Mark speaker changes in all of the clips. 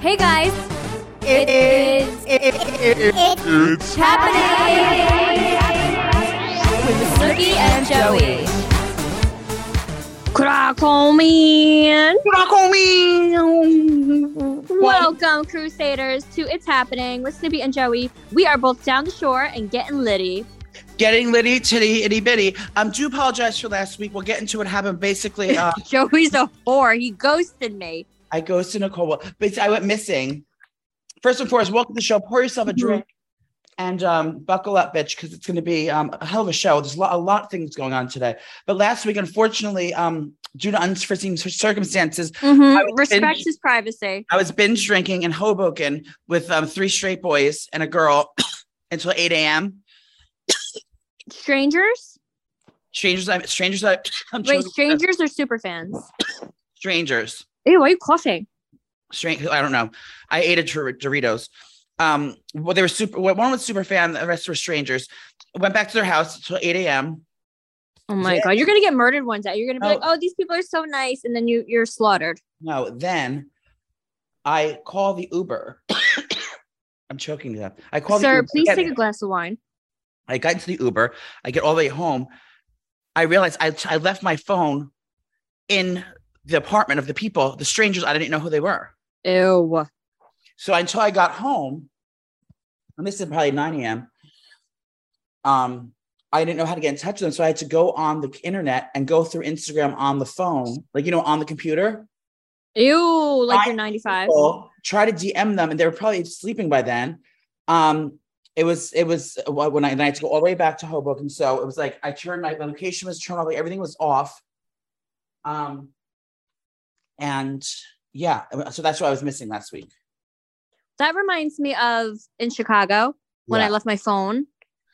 Speaker 1: Hey guys,
Speaker 2: It is.
Speaker 1: it's happening with Snooki and Joey.
Speaker 3: Crocomine. Welcome, Crusaders, to It's Happening with Snoopy and Joey. We are both down the shore and getting litty.
Speaker 2: Getting litty titty itty bitty. Um, do apologize for last week. We'll get into what happened. Basically, uh,
Speaker 3: Joey's a whore. He ghosted me.
Speaker 2: I ghosted Nicole. Well, But I went missing. First and foremost, welcome to the show. Pour yourself a drink and um, buckle up, bitch, because it's going to be um, a hell of a show. There's a lot, a lot of things going on today. But last week, unfortunately, um, due to unforeseen cir- circumstances, I was
Speaker 3: Mm-hmm. Respect
Speaker 2: in-
Speaker 3: his privacy.
Speaker 2: I was binge drinking in Hoboken with um, three straight boys and a girl until 8 a.m.
Speaker 3: Strangers?
Speaker 2: Strangers, I, strangers, I, I'm
Speaker 3: Wait,
Speaker 2: children-
Speaker 3: strangers or super fans?
Speaker 2: strangers.
Speaker 3: Ew, why are you coughing?
Speaker 2: strange. I don't know. I ate a Dor- Doritos. Um, well, they were super. Well, one was super fan. The rest were strangers. Went back to their house till eight a.m.
Speaker 3: Oh my god, you're gonna get murdered one day. You're gonna be
Speaker 2: No.
Speaker 3: like, oh, these people are so nice, and then you you're slaughtered.
Speaker 2: No, then I call the Uber. I'm choking to death. I call the
Speaker 3: Sir,
Speaker 2: Uber.
Speaker 3: please
Speaker 2: Get
Speaker 3: take
Speaker 2: it.
Speaker 3: a glass of wine.
Speaker 2: I got into the Uber. I get all the way home. I realize I, I left my phone in the apartment of the people, the strangers. I didn't know who they were.
Speaker 3: Ew.
Speaker 2: So until I got home, and this is probably 9 a.m., um, I didn't know how to get in touch with them. So I had to go on the internet and go through Instagram on the phone, like, you know, on the computer.
Speaker 3: Ew, like
Speaker 2: I-
Speaker 3: you're 95.
Speaker 2: People, try to DM them, and they were probably sleeping by then. Um, it was, it was uh, when I, and I had to go all the way back to Hoboken. So it was like I turned my my location was turned off, like everything was off. Um, and yeah, so that's what I was missing last week.
Speaker 3: That reminds me of in Chicago when I
Speaker 2: Yeah.
Speaker 3: left my phone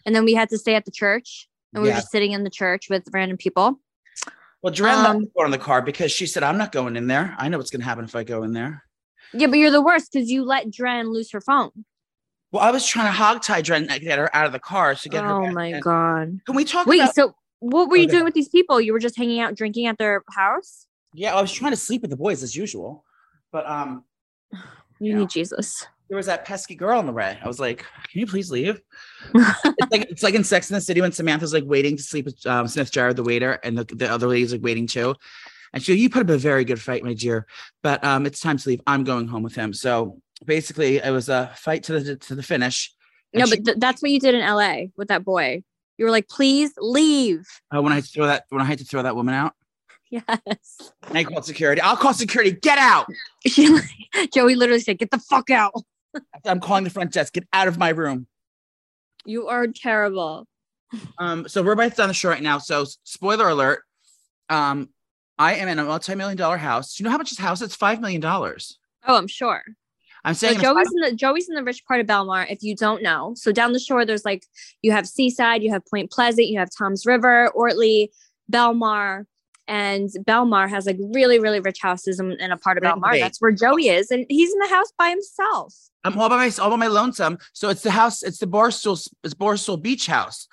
Speaker 3: and then we had to stay at the church and we
Speaker 2: Yeah.
Speaker 3: were just sitting in the church with random people.
Speaker 2: Well, Duran left
Speaker 3: Um,
Speaker 2: the door on the car because she said, I'm not going in there. I know what's going to happen if I go in there.
Speaker 3: Yeah, but you're the worst because you let Dren lose her phone.
Speaker 2: Well, I was trying to hogtie Duran to get her out of the car to get her.
Speaker 3: Oh
Speaker 2: back
Speaker 3: my
Speaker 2: in.
Speaker 3: God.
Speaker 2: Can we talk
Speaker 3: Wait,
Speaker 2: about?
Speaker 3: so what were you
Speaker 2: Okay.
Speaker 3: doing with these people? You were just hanging out drinking at their house?
Speaker 2: Yeah, I was trying to sleep with the boys as usual, but um,
Speaker 3: You
Speaker 2: Yeah.
Speaker 3: need Jesus.
Speaker 2: there was that pesky girl in the way. I was like, "Can you please leave?" it's like it's like in Sex in the City when Samantha's like waiting to sleep with um, Smith Jarrett, the waiter, and the, the other lady's like waiting too. And she, you put up a very good fight, my dear, but um, it's time to leave. I'm going home with him. So basically, it was a fight to the to the finish. And
Speaker 3: No,
Speaker 2: she-
Speaker 3: but th- that's what you did in LA with that boy. You were like, please leave.
Speaker 2: Oh, when I had to throw that when I had to throw that woman out,
Speaker 3: Yes.
Speaker 2: and I called security. I'll call security. Get out!
Speaker 3: She, like, Joey literally said, get the fuck out.
Speaker 2: I'm calling the front desk. Get out of my room.
Speaker 3: You are terrible.
Speaker 2: Um, so we're right down the shore right now. So s- spoiler alert. Um, I am in a multi-million dollar house. Do you know how much this house is? Five million dollars.
Speaker 3: Oh, I'm sure.
Speaker 2: I'm
Speaker 3: So
Speaker 2: saying it's
Speaker 3: Joey's in the Joey's in the rich part of Belmar. If you don't know, so down the shore, there's like you have Seaside, you have Point Pleasant, you have Tom's River, Ortley, Belmar, and Belmar has like really really rich houses in, in a part of Belmar.
Speaker 2: Really?
Speaker 3: That's where Joey is, and he's in the house by himself.
Speaker 2: I'm all by myself, all by my lonesome. So it's the house. It's the Barstool. s- It's Barstool Beach House.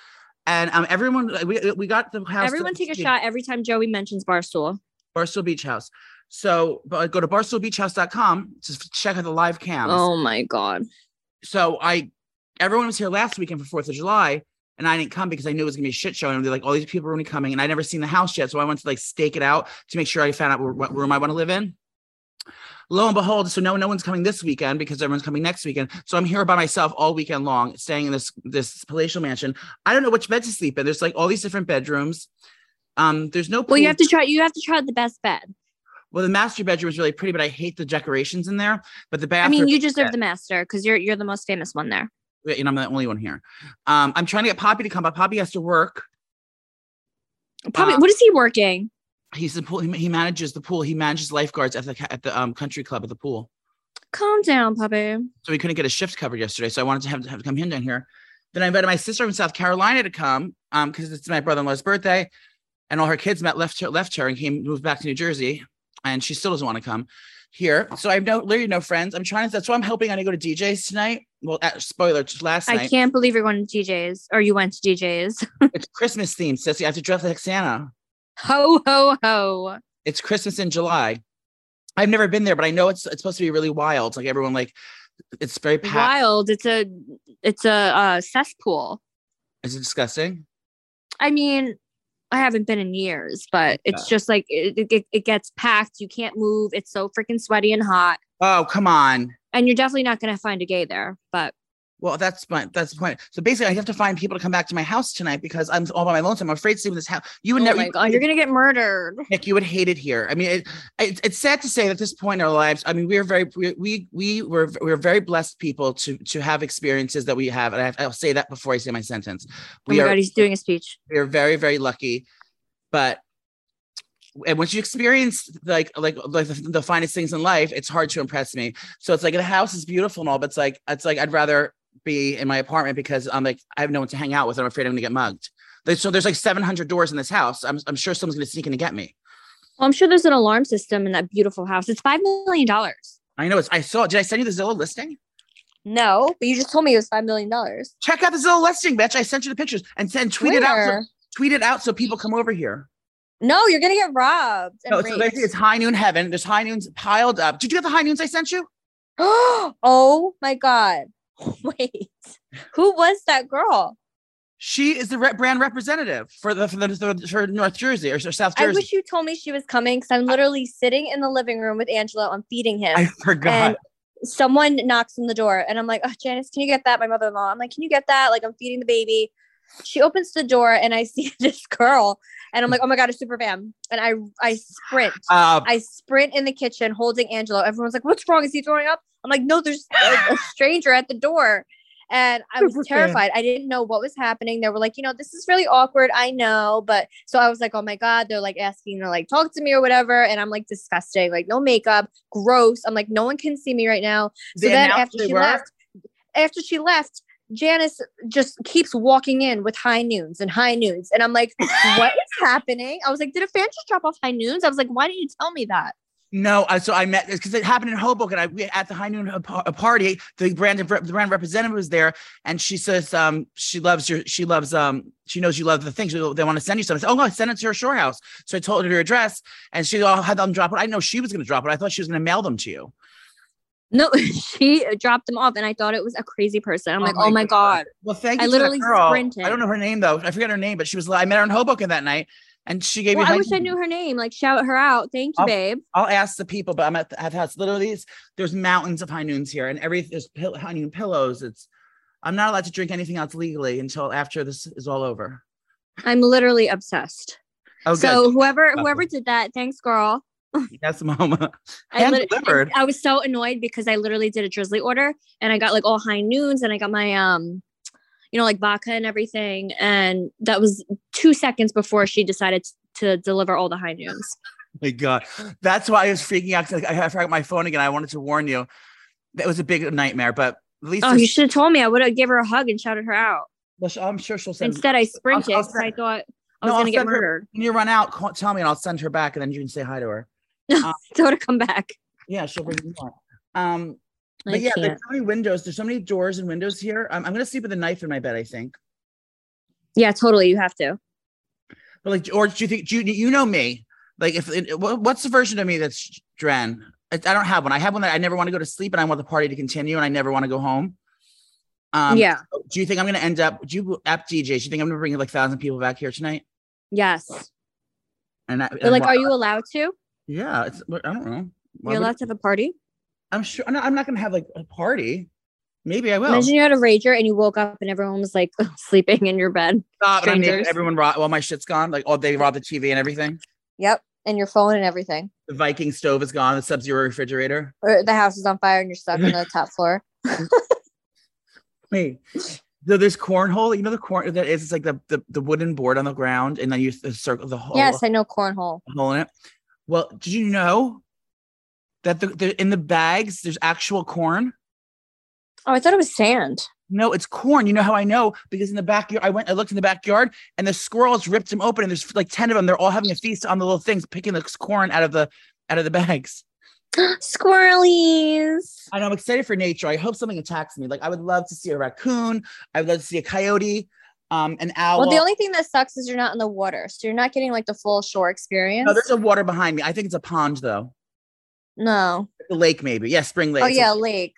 Speaker 2: And um, everyone like, we we got the house.
Speaker 3: Everyone take a shot every time Joey mentions Barstool.
Speaker 2: Barstool Beach House. So but go to barstoolbeachhouse.com to check out the live cams.
Speaker 3: Oh my god.
Speaker 2: so I everyone was here last weekend for Fourth of July, and I didn't come because I knew it was gonna be a shit show. And they're like, all these people are gonna be coming, and I never seen the house yet, so I wanted to like stake it out to make sure I found out wh- what room I want to live in. Lo and behold, so no, no one's coming this weekend because everyone's coming next weekend. So I'm here by myself all weekend long, staying in this this palatial mansion. I don't know which bed to sleep in. There's like all these different bedrooms. Um, there's no pool.
Speaker 3: Well, you have to try. You have to try the best bed.
Speaker 2: well, the master bedroom is really pretty, but I hate the decorations in there. But
Speaker 3: I
Speaker 2: the bathroom.
Speaker 3: mean, you deserve the master because you're you're the most famous one there.
Speaker 2: and I'm the only one here. Um, I'm trying to get Poppy to come, but Poppy has to work.
Speaker 3: Probably.
Speaker 2: Uh,
Speaker 3: what is he working?
Speaker 2: He's the pool. He, he manages the pool. He manages lifeguards at the ca- at the um, country club at the pool.
Speaker 3: Calm down, puppy.
Speaker 2: So we couldn't get a shift covered yesterday. So I wanted to have to have to come him down here. Then I invited my sister from South Carolina to come um because it's my brother in law's birthday, and all her kids met left her left her and came moved back to New Jersey, and she still doesn't want to come here. So I have no literally no friends. I'm trying to. That's why I'm hoping I go to DJ's tonight. Well, at, spoiler, just last
Speaker 3: I
Speaker 2: night
Speaker 3: can't believe you're going to DJ's or you went to DJ's.
Speaker 2: it's Christmas themed. Sissy, I have to dress like Santa.
Speaker 3: Ho ho ho.
Speaker 2: It's Christmas in July. I've never been there, but I know it's it's supposed to be really wild. Like everyone, like it's very packed.
Speaker 3: Wild. It's a it's a uh, cesspool.
Speaker 2: Is it disgusting?
Speaker 3: I mean, I haven't been in years, but it's just like it, it, it gets packed. You can't move. It's so freaking sweaty and hot,
Speaker 2: Oh come on.
Speaker 3: and you're definitely not gonna find a gay there. But
Speaker 2: Well, that's my that's the point. So basically, I have to find people to come back to my house tonight because I'm all by my lonesome. I'm afraid to sleep in this house. You
Speaker 3: oh
Speaker 2: would never.
Speaker 3: my
Speaker 2: you-
Speaker 3: God, you're gonna get murdered.
Speaker 2: Nick, you would hate it here. I mean, it, it, it's sad to say that at this point in our lives, I mean, we are very we we, we were we are very blessed people to to have experiences that we have, and I have, I'll say that before I say my sentence.
Speaker 3: Oh
Speaker 2: We
Speaker 3: my
Speaker 2: are
Speaker 3: God, he's doing a speech.
Speaker 2: we are very very lucky, but and once you experience like like like the, the finest things in life, it's hard to impress me. So it's like the house is beautiful and all, but it's like it's like I'd rather be in my apartment because I'm like I have no one to hang out with. And I'm afraid I'm gonna get mugged. Like, So there's like 700 doors in this house. I'm I'm sure someone's gonna sneak in and get me.
Speaker 3: Well, I'm sure there's an alarm system in that beautiful house. It's five million dollars.
Speaker 2: I know it's. I saw. Did I send you the Zillow listing?
Speaker 3: No, but you just told me it was five million dollars.
Speaker 2: Check out the Zillow listing, bitch. I sent you the pictures and send tweet it out. So,
Speaker 3: Where?
Speaker 2: tweet it out so people come over here.
Speaker 3: No, you're gonna get robbed. And
Speaker 2: No, it's,
Speaker 3: raped.
Speaker 2: it's high noon heaven. There's high noons piled up. Did you get the high noons I sent you?
Speaker 3: oh my god. Wait. Who was that girl?
Speaker 2: She is the re- brand representative for the for, the, for North Jersey or South
Speaker 3: I
Speaker 2: Jersey.
Speaker 3: wish you told me she was coming because I'm literally sitting in the living room with Angelo. I'm feeding him.
Speaker 2: I, forgot.
Speaker 3: Someone knocks on the door and I'm like, oh, Janice, can you get that? My mother in law. I'm like, can you get that? Like, I'm feeding the baby. She opens the door and I see this girl and I'm like, oh my God, a super fam. And I, I sprint.
Speaker 2: Uh,
Speaker 3: I sprint in the kitchen holding Angelo. Everyone's like, "What's wrong? Is he throwing up?" I'm like, "No, there's a, a stranger at the door." And I was
Speaker 2: Superfan.
Speaker 3: terrified. I didn't know what was happening. They were like, "You know, this is really awkward. I know." But so I was like, "Oh my god, they're like asking to like talk to me or whatever." And I'm like disgusting. Like no makeup, gross. I'm like no one can see me right now. So
Speaker 2: they
Speaker 3: then
Speaker 2: announced
Speaker 3: after
Speaker 2: they
Speaker 3: she
Speaker 2: were-
Speaker 3: left, after she left, Janice just keeps walking in with high noons and high noons. And I'm like, what is happening? I was like, did a fan just drop off high noons? I was like, why didn't you tell me that?
Speaker 2: No, I, so I met because it happened in Hoboken. I we, at the High Noon a, pa- a party. The brand the brand representative was there, and she says, um, she loves your, she loves, um, she knows you love the thing. She goes, they want to send you something. I said, oh no, send it to her shore house. So I told her your address, and she all had them drop it. I know she was going to drop it. I thought she was going to mail them to you.
Speaker 3: No, she dropped them off and I thought it was a crazy person. I'm
Speaker 2: Oh
Speaker 3: like,
Speaker 2: my
Speaker 3: oh my God.
Speaker 2: Well, thank
Speaker 3: I
Speaker 2: you. to that
Speaker 3: literally
Speaker 2: girl.
Speaker 3: sprinted.
Speaker 2: I don't know her name though. I forget her name, but she was. I met her in Hoboken that night, and she gave
Speaker 3: Well,
Speaker 2: me.
Speaker 3: I
Speaker 2: High
Speaker 3: wish I
Speaker 2: Noon. Oh.
Speaker 3: knew her name. Like, shout her out. Thank you,
Speaker 2: I'll-
Speaker 3: babe.
Speaker 2: I'll ask the people, but I'm at the, I've had literally it's- there's mountains of high noons here, and every there's pill, high noon pillows. It's I'm not allowed to drink anything else legally until after this is all over.
Speaker 3: I'm literally obsessed.
Speaker 2: Oh,
Speaker 3: so whoever
Speaker 2: Lovely.
Speaker 3: whoever did that, thanks, girl.
Speaker 2: good. Yes, mama. Oh,
Speaker 3: I,
Speaker 2: Hand
Speaker 3: lit-
Speaker 2: delivered.
Speaker 3: I was so annoyed because I literally did a drizzly order and I got like all high noons and I got my um you know like vodka and everything and that was 2 seconds before she decided t- to deliver all the high noons.
Speaker 2: my God, that's why I was freaking out. 'cause, Like I I forgot my phone again. I wanted to warn you. That was a big nightmare, but at least
Speaker 3: Oh,
Speaker 2: this-
Speaker 3: you should have told me. I would have gave her a hug and shouted her out.
Speaker 2: well, sh- I'm sure she'll send.
Speaker 3: Instead I sprinted
Speaker 2: I'll
Speaker 3: 'cause I
Speaker 2: send-
Speaker 3: thought I
Speaker 2: No,
Speaker 3: was
Speaker 2: I'll
Speaker 3: going to get
Speaker 2: send her-
Speaker 3: murdered.
Speaker 2: when you run out, call, tell me, and I'll send her back, and then you can say hi to her.
Speaker 3: So to come back.
Speaker 2: Yeah, she'll bring you more. Um,
Speaker 3: I
Speaker 2: but yeah,
Speaker 3: can't.
Speaker 2: there's so many windows. There's so many doors and windows here. Um, I'm gonna sleep with a knife in my bed. I think.
Speaker 3: Yeah, totally. You have to.
Speaker 2: But like, or do you think do you, you know me? Like, if it, what- what's the version of me that's Dren? I I don't have one. I have one that I never want to go to sleep, and I want the party to continue, and I never want to go home. Um,
Speaker 3: yeah.
Speaker 2: Do you think I'm going to end up? Do you app DJs? Do you think I'm going to bring like thousand people back here tonight?
Speaker 3: Yes.
Speaker 2: And, I,
Speaker 3: But like
Speaker 2: and-
Speaker 3: are you allowed to?
Speaker 2: Yeah, it's, I don't know. Why
Speaker 3: You're
Speaker 2: would-
Speaker 3: allowed to have a party?
Speaker 2: I'm sure. No, I'm not going to have like a party. Maybe I will.
Speaker 3: Imagine you had a rager and you woke up and everyone was like sleeping in your bed.
Speaker 2: Stop, and I'm naked,
Speaker 3: strangers.
Speaker 2: everyone rob. All my shit's gone. Like all they robbed the TV and everything.
Speaker 3: Yep. And your phone and everything.
Speaker 2: The Viking stove is gone. The Sub Zero refrigerator.
Speaker 3: Or the house is on fire and you're stuck on the top floor.
Speaker 2: Wait. So there's cornhole. You know the corn that is it's like the, the the wooden board on the ground, and then you th- circle the hole,
Speaker 3: Yes, I know cornhole.
Speaker 2: hole in it. Well, did you know that the, the in the bags there's actual corn?
Speaker 3: Oh, I thought it was sand.
Speaker 2: No, it's corn. You know how I know because in the backyard I went, I looked in the backyard, and the squirrels ripped them open, and there's like ten of them. They're all having a feast on the little things, picking the corn out of the out of the bags.
Speaker 3: Squirrelies.
Speaker 2: I know I'm excited for nature. I hope something attacks me. Like I would love to see a raccoon. I would love to see a coyote, um, an owl.
Speaker 3: Well, the only thing that sucks is you're not in the water. So you're not getting like the full shore experience.
Speaker 2: no, there's a water behind me. I think it's a pond though.
Speaker 3: No.
Speaker 2: The lake, maybe. Yeah, Spring Lake.
Speaker 3: Oh yeah, lake.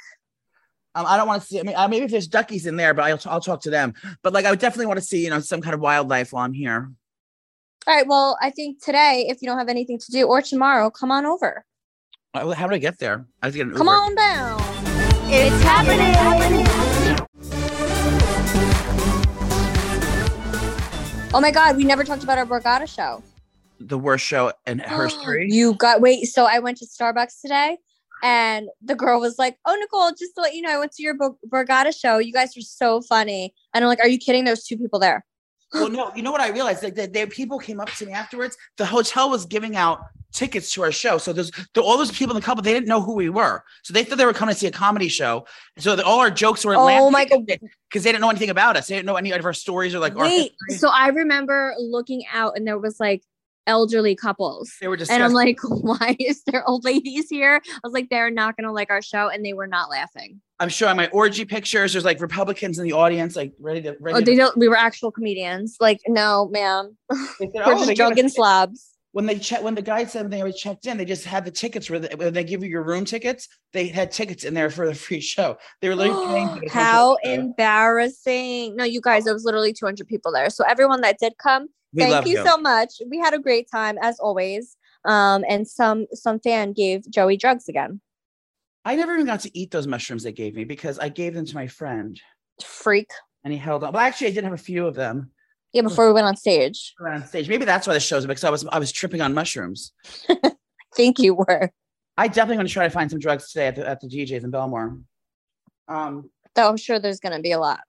Speaker 2: Um, I don't want to see. I mean, uh, maybe if there's duckies in there, but I'll, I'll talk to them. But like, I would definitely want to see, you know, some kind of wildlife while I'm here.
Speaker 3: All right. Well, I think today, if you don't have anything to do, or tomorrow, come on over.
Speaker 2: Uh, How did I get there? I was getting.
Speaker 3: Come on down.
Speaker 1: It's happening.
Speaker 3: Oh my God, we never talked about our Borgata show.
Speaker 2: The worst show in
Speaker 3: Oh,
Speaker 2: her history.
Speaker 3: You got wait. So I went to Starbucks today, and the girl was like, "Oh Nicole, just to let you know, I went to your Bo- Borgata show. You guys were so funny." And I'm like, "Are you kidding? There's two people there."
Speaker 2: well, no, you know what I realized? Like, that there people came up to me afterwards. The hotel was giving out tickets to our show, so there's the, all those people in the couple. They didn't know who we were, so they thought they were coming to see a comedy show. So the, all our jokes were.
Speaker 3: Oh my God.
Speaker 2: Because they didn't know anything about us. They didn't know any of our stories or like. our
Speaker 3: Wait.
Speaker 2: history.
Speaker 3: So I remember looking out, and there was like elderly couples.
Speaker 2: they were just.
Speaker 3: And I'm like, why is there old ladies here? I was like, they're not gonna like our show, and they were not laughing.
Speaker 2: I'm showing my orgy pictures. There's like Republicans in the audience, like ready to. Ready
Speaker 3: Oh,
Speaker 2: to
Speaker 3: they don't. We were actual comedians. Like, no, ma'am,
Speaker 2: they said,
Speaker 3: we're
Speaker 2: "Oh, they
Speaker 3: just
Speaker 2: got a
Speaker 3: drunken slobs.
Speaker 2: when they check when the guy said they were checked in, they just had the tickets where they, when they give you your room tickets, they had tickets in there for the free show. They were literally paying for the
Speaker 3: How
Speaker 2: show.
Speaker 3: embarrassing! No, you guys, there was literally 200 people there. So everyone that did come,
Speaker 2: we
Speaker 3: thank
Speaker 2: love
Speaker 3: you so much. We had a great time as always. Um, and some some fan gave Joey drugs again.
Speaker 2: I never even got to eat those mushrooms they gave me because I gave them to my friend
Speaker 3: Freak.
Speaker 2: and he held on. Well, actually, I did have a few of them
Speaker 3: Yeah,
Speaker 2: Mm.
Speaker 3: before we went on stage,
Speaker 2: around stage. Maybe that's why the show's because I was I was tripping on mushrooms.
Speaker 3: I think you were.
Speaker 2: I definitely want to try to find some drugs today at the at the DJs in Belmore. Um,
Speaker 3: Though I'm sure there's gonna be a lot.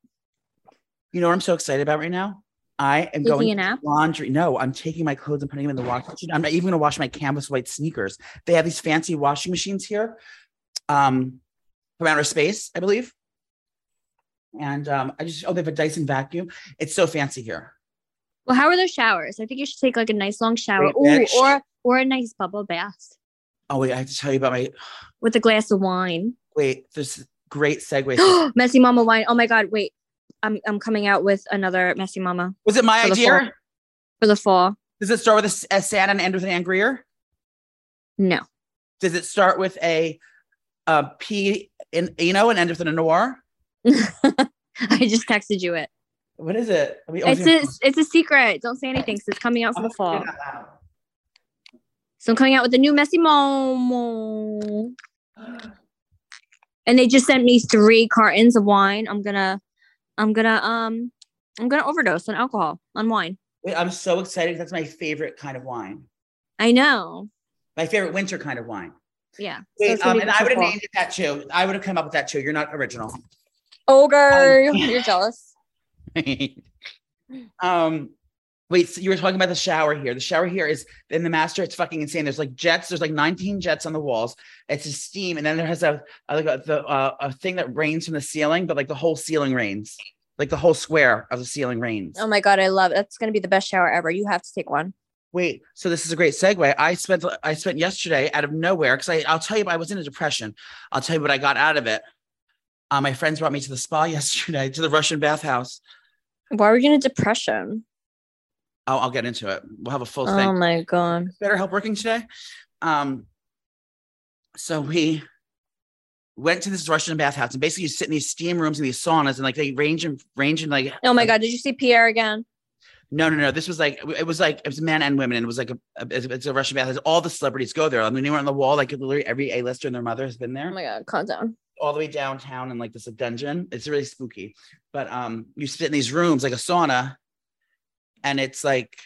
Speaker 2: you know what I'm so excited about right now? I am going
Speaker 3: Taking a nap.
Speaker 2: laundry. No, I'm taking my clothes and putting them in the wash machine. I'm not even gonna wash my canvas white sneakers. They have these fancy washing machines here, um, from outer space, I believe. And um, I just oh, they have a Dyson vacuum. It's so fancy here.
Speaker 3: Well, how are those showers? I think you should take like a nice long shower,
Speaker 2: Great bitch.
Speaker 3: Ooh, or or a nice bubble bath
Speaker 2: Oh wait, I have to tell you about my
Speaker 3: with a glass of wine.
Speaker 2: wait. This great segue.
Speaker 3: messy mama wine. Oh my god, wait. I'm I'm coming out with another messy mama
Speaker 2: Was it my
Speaker 3: For the
Speaker 2: idea?
Speaker 3: fall. for the fall.
Speaker 2: Does it start with a, S- a Santa and end with an Ann Greer?
Speaker 3: No.
Speaker 2: Does it start with a, uh P in you know and end with an noir?
Speaker 3: I just texted you it.
Speaker 2: What is it? Are we- oh,
Speaker 3: It's a it's a secret. Don't say anything 'cause it's coming out for
Speaker 2: I'm
Speaker 3: the
Speaker 2: gonna
Speaker 3: fall.
Speaker 2: read it out loud.
Speaker 3: So I'm coming out with a new messy mama. And they just sent me three cartons of wine. I'm gonna I'm gonna um I'm gonna overdose on alcohol, on wine.
Speaker 2: Wait, I'm so excited. 'cause That's my favorite kind of wine.
Speaker 3: I know.
Speaker 2: My favorite winter kind of wine.
Speaker 3: Yeah. So
Speaker 2: Wait,
Speaker 3: it's gonna
Speaker 2: um,
Speaker 3: be
Speaker 2: and
Speaker 3: good
Speaker 2: I
Speaker 3: for
Speaker 2: would have
Speaker 3: fall.
Speaker 2: named it that too. I would have come up with that too. You're not original.
Speaker 3: Ogre.
Speaker 2: Um,
Speaker 3: You're jealous.
Speaker 2: um, wait, so you were talking about the shower here. The shower here is in the master. It's fucking insane. There's like jets. There's like 19 jets on the walls. It's a steam, and then there has a, a like a, the, uh, a thing that rains from the ceiling, but like the whole ceiling rains, like the whole square of the ceiling rains.
Speaker 3: Oh my god, I love that's gonna be the best shower ever. You have to take one.
Speaker 2: Wait, so this is a great segue. I spent I spent yesterday out of nowhere because I I'll tell you I was in a depression. I'll tell you what I got out of it. Uh, my friends brought me to the spa yesterday to the Russian bathhouse.
Speaker 3: Why are we in a depression?
Speaker 2: I'll, I'll get into it. We'll have a full
Speaker 3: Oh
Speaker 2: thing.
Speaker 3: my god.
Speaker 2: Better help working today. Um, so we went to this Russian bathhouse and basically you sit in these steam rooms and these saunas and like they range and range and like
Speaker 3: Oh my god, did you see Pierre again?
Speaker 2: No, no, no. This was like it was like it was men and women, and it was like a, a it's a Russian bathhouse. All the celebrities go there. I mean, they were on the wall like literally every A lister and their mother has been
Speaker 3: Oh
Speaker 2: there,
Speaker 3: my god, calm down.
Speaker 2: all the way downtown in like this dungeon. It's really spooky. But um, you sit in these rooms like a sauna, and it's like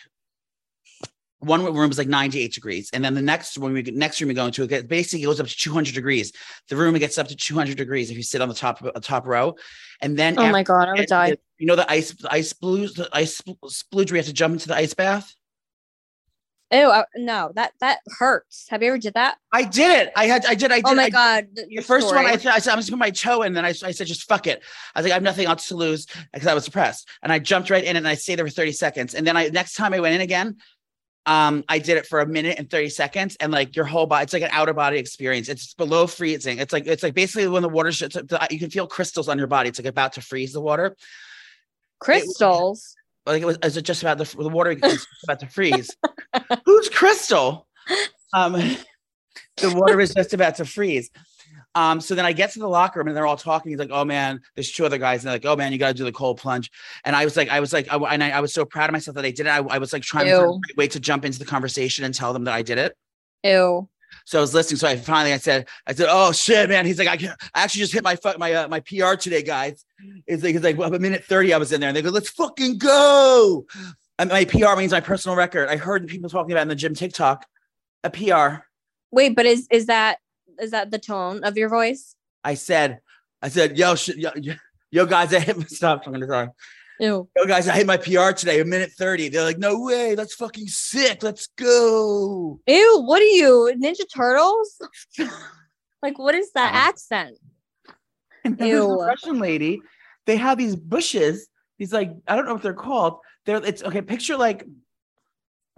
Speaker 2: one room is like 98 degrees, and then the next one we next room we go into it gets- basically goes up to 200 degrees. The room gets up to 200 degrees if you sit on the top the top row, and then
Speaker 3: Oh
Speaker 2: after-
Speaker 3: my god, I would die.
Speaker 2: you know the ice the ice blues the ice spl- splooge where you have to jump into the ice bath.
Speaker 3: Ew, I- no, that that hurts. Have you ever did that?
Speaker 2: I did it. I had. I did. I did.
Speaker 3: Oh my
Speaker 2: I-
Speaker 3: god. th-
Speaker 2: the
Speaker 3: your
Speaker 2: first one, I,
Speaker 3: story.
Speaker 2: said, I said, I'm just putting my toe in. Then I, I said, just fuck it. I was like, I have nothing else to lose because I was depressed. And I jumped right in and I stayed there for 30 seconds. And then I, next time I went in again, um, I did it for a minute and 30 seconds. And like your whole body, it's like an outer body experience. It's below freezing. It's like, it's like basically when the water shuts up, the- you can feel crystals on your body. It's like about to freeze the water.
Speaker 3: crystals.
Speaker 2: Like it was, it was just about the, the water was about to freeze. Who's crystal? Um, the water is just about to freeze. Um, so then I get to the locker room and they're all talking. He's like, "Oh man, there's two other guys." And they're like, "Oh man, you got to do the cold plunge." And I was like, I was like, I, and I, I was so proud of myself that I did it. I, I was like trying to find
Speaker 3: Ew.
Speaker 2: a great way to jump into the conversation and tell them that I did it.
Speaker 3: Ew.
Speaker 2: So I was listening. So I finally I said, I said, "Oh shit, man." He's like, "I, can't, I actually just hit my fu- my uh, my PR today, guys." It's like, it's like well, a minute thirty. I was in there, and they go, "Let's fucking go." And my PR means my personal record. I heard people talking about it in the gym TikTok, a PR.
Speaker 3: Wait, but is is that is that the tone of your voice?
Speaker 2: I said, I said, yo, sh- yo, yo- yo, guys, I hit my stop. I'm gonna sorry.
Speaker 3: Ew.
Speaker 2: Yo, guys, I hit my PR today, a minute 30. They're like, no way, that's fucking sick. Let's go.
Speaker 3: Ew, what are you? Ninja Turtles? like what is that
Speaker 2: Um,
Speaker 3: accent?
Speaker 2: And then there's a
Speaker 3: Ew.
Speaker 2: Russian lady, they have these bushes, these like, I don't know what they're called. They're it's okay, picture like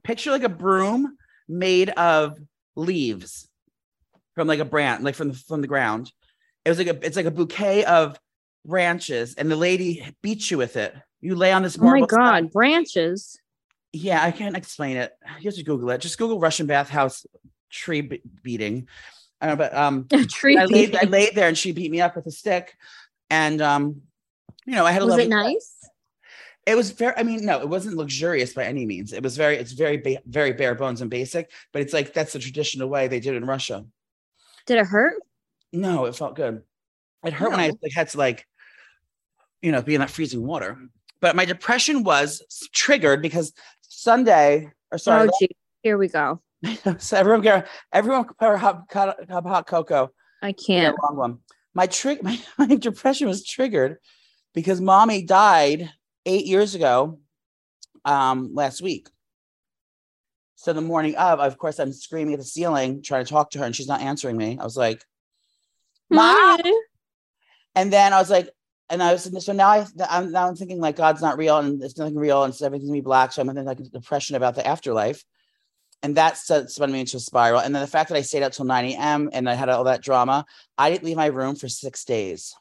Speaker 2: picture like a broom made of leaves from like a branch, like from the from the ground. It was like a it's like a bouquet of branches, and the lady beats you with it. You lay on this
Speaker 3: Oh my
Speaker 2: marble slab.
Speaker 3: god, branches.
Speaker 2: yeah, I can't explain it. You have to Google it. Just Google Russian bathhouse tree be- beating. I don't know, but um,
Speaker 3: Tree.
Speaker 2: I laid I
Speaker 3: beating.
Speaker 2: laid there and she beat me up with a stick, and um, you know, I had a
Speaker 3: Was
Speaker 2: lovely.
Speaker 3: it nice?
Speaker 2: It was very. I mean, no, it wasn't luxurious by any means. It was very. It's very ba- very bare bones and basic. But it's like that's the traditional way they did it in Russia.
Speaker 3: Did it hurt?
Speaker 2: No, it felt good. It hurt when I
Speaker 3: No.
Speaker 2: like, had to like, you know, be in that freezing water. But my depression was s- triggered because Sunday or sorry,
Speaker 3: oh gee. Here we go.
Speaker 2: so everyone, go- everyone, prepare hot, hot, hot, hot cocoa.
Speaker 3: I
Speaker 2: Yeah,
Speaker 3: can't.
Speaker 2: long one. My trick, my, my depression was triggered because mommy died eight years ago, um, last week. So the morning of, of course, I'm screaming at the ceiling trying to talk to her, and she's not answering me. I was like, Mom.
Speaker 3: Mommy.
Speaker 2: and then I was like, and I was so now I I'm now I'm thinking like God's not real and it's nothing real and so everything's gonna be black. So I'm thinking like depression about the afterlife. And that set- spun me into a spiral. And then the fact that I stayed up till 9 a.m. and I had all that drama, I didn't leave my room for six days.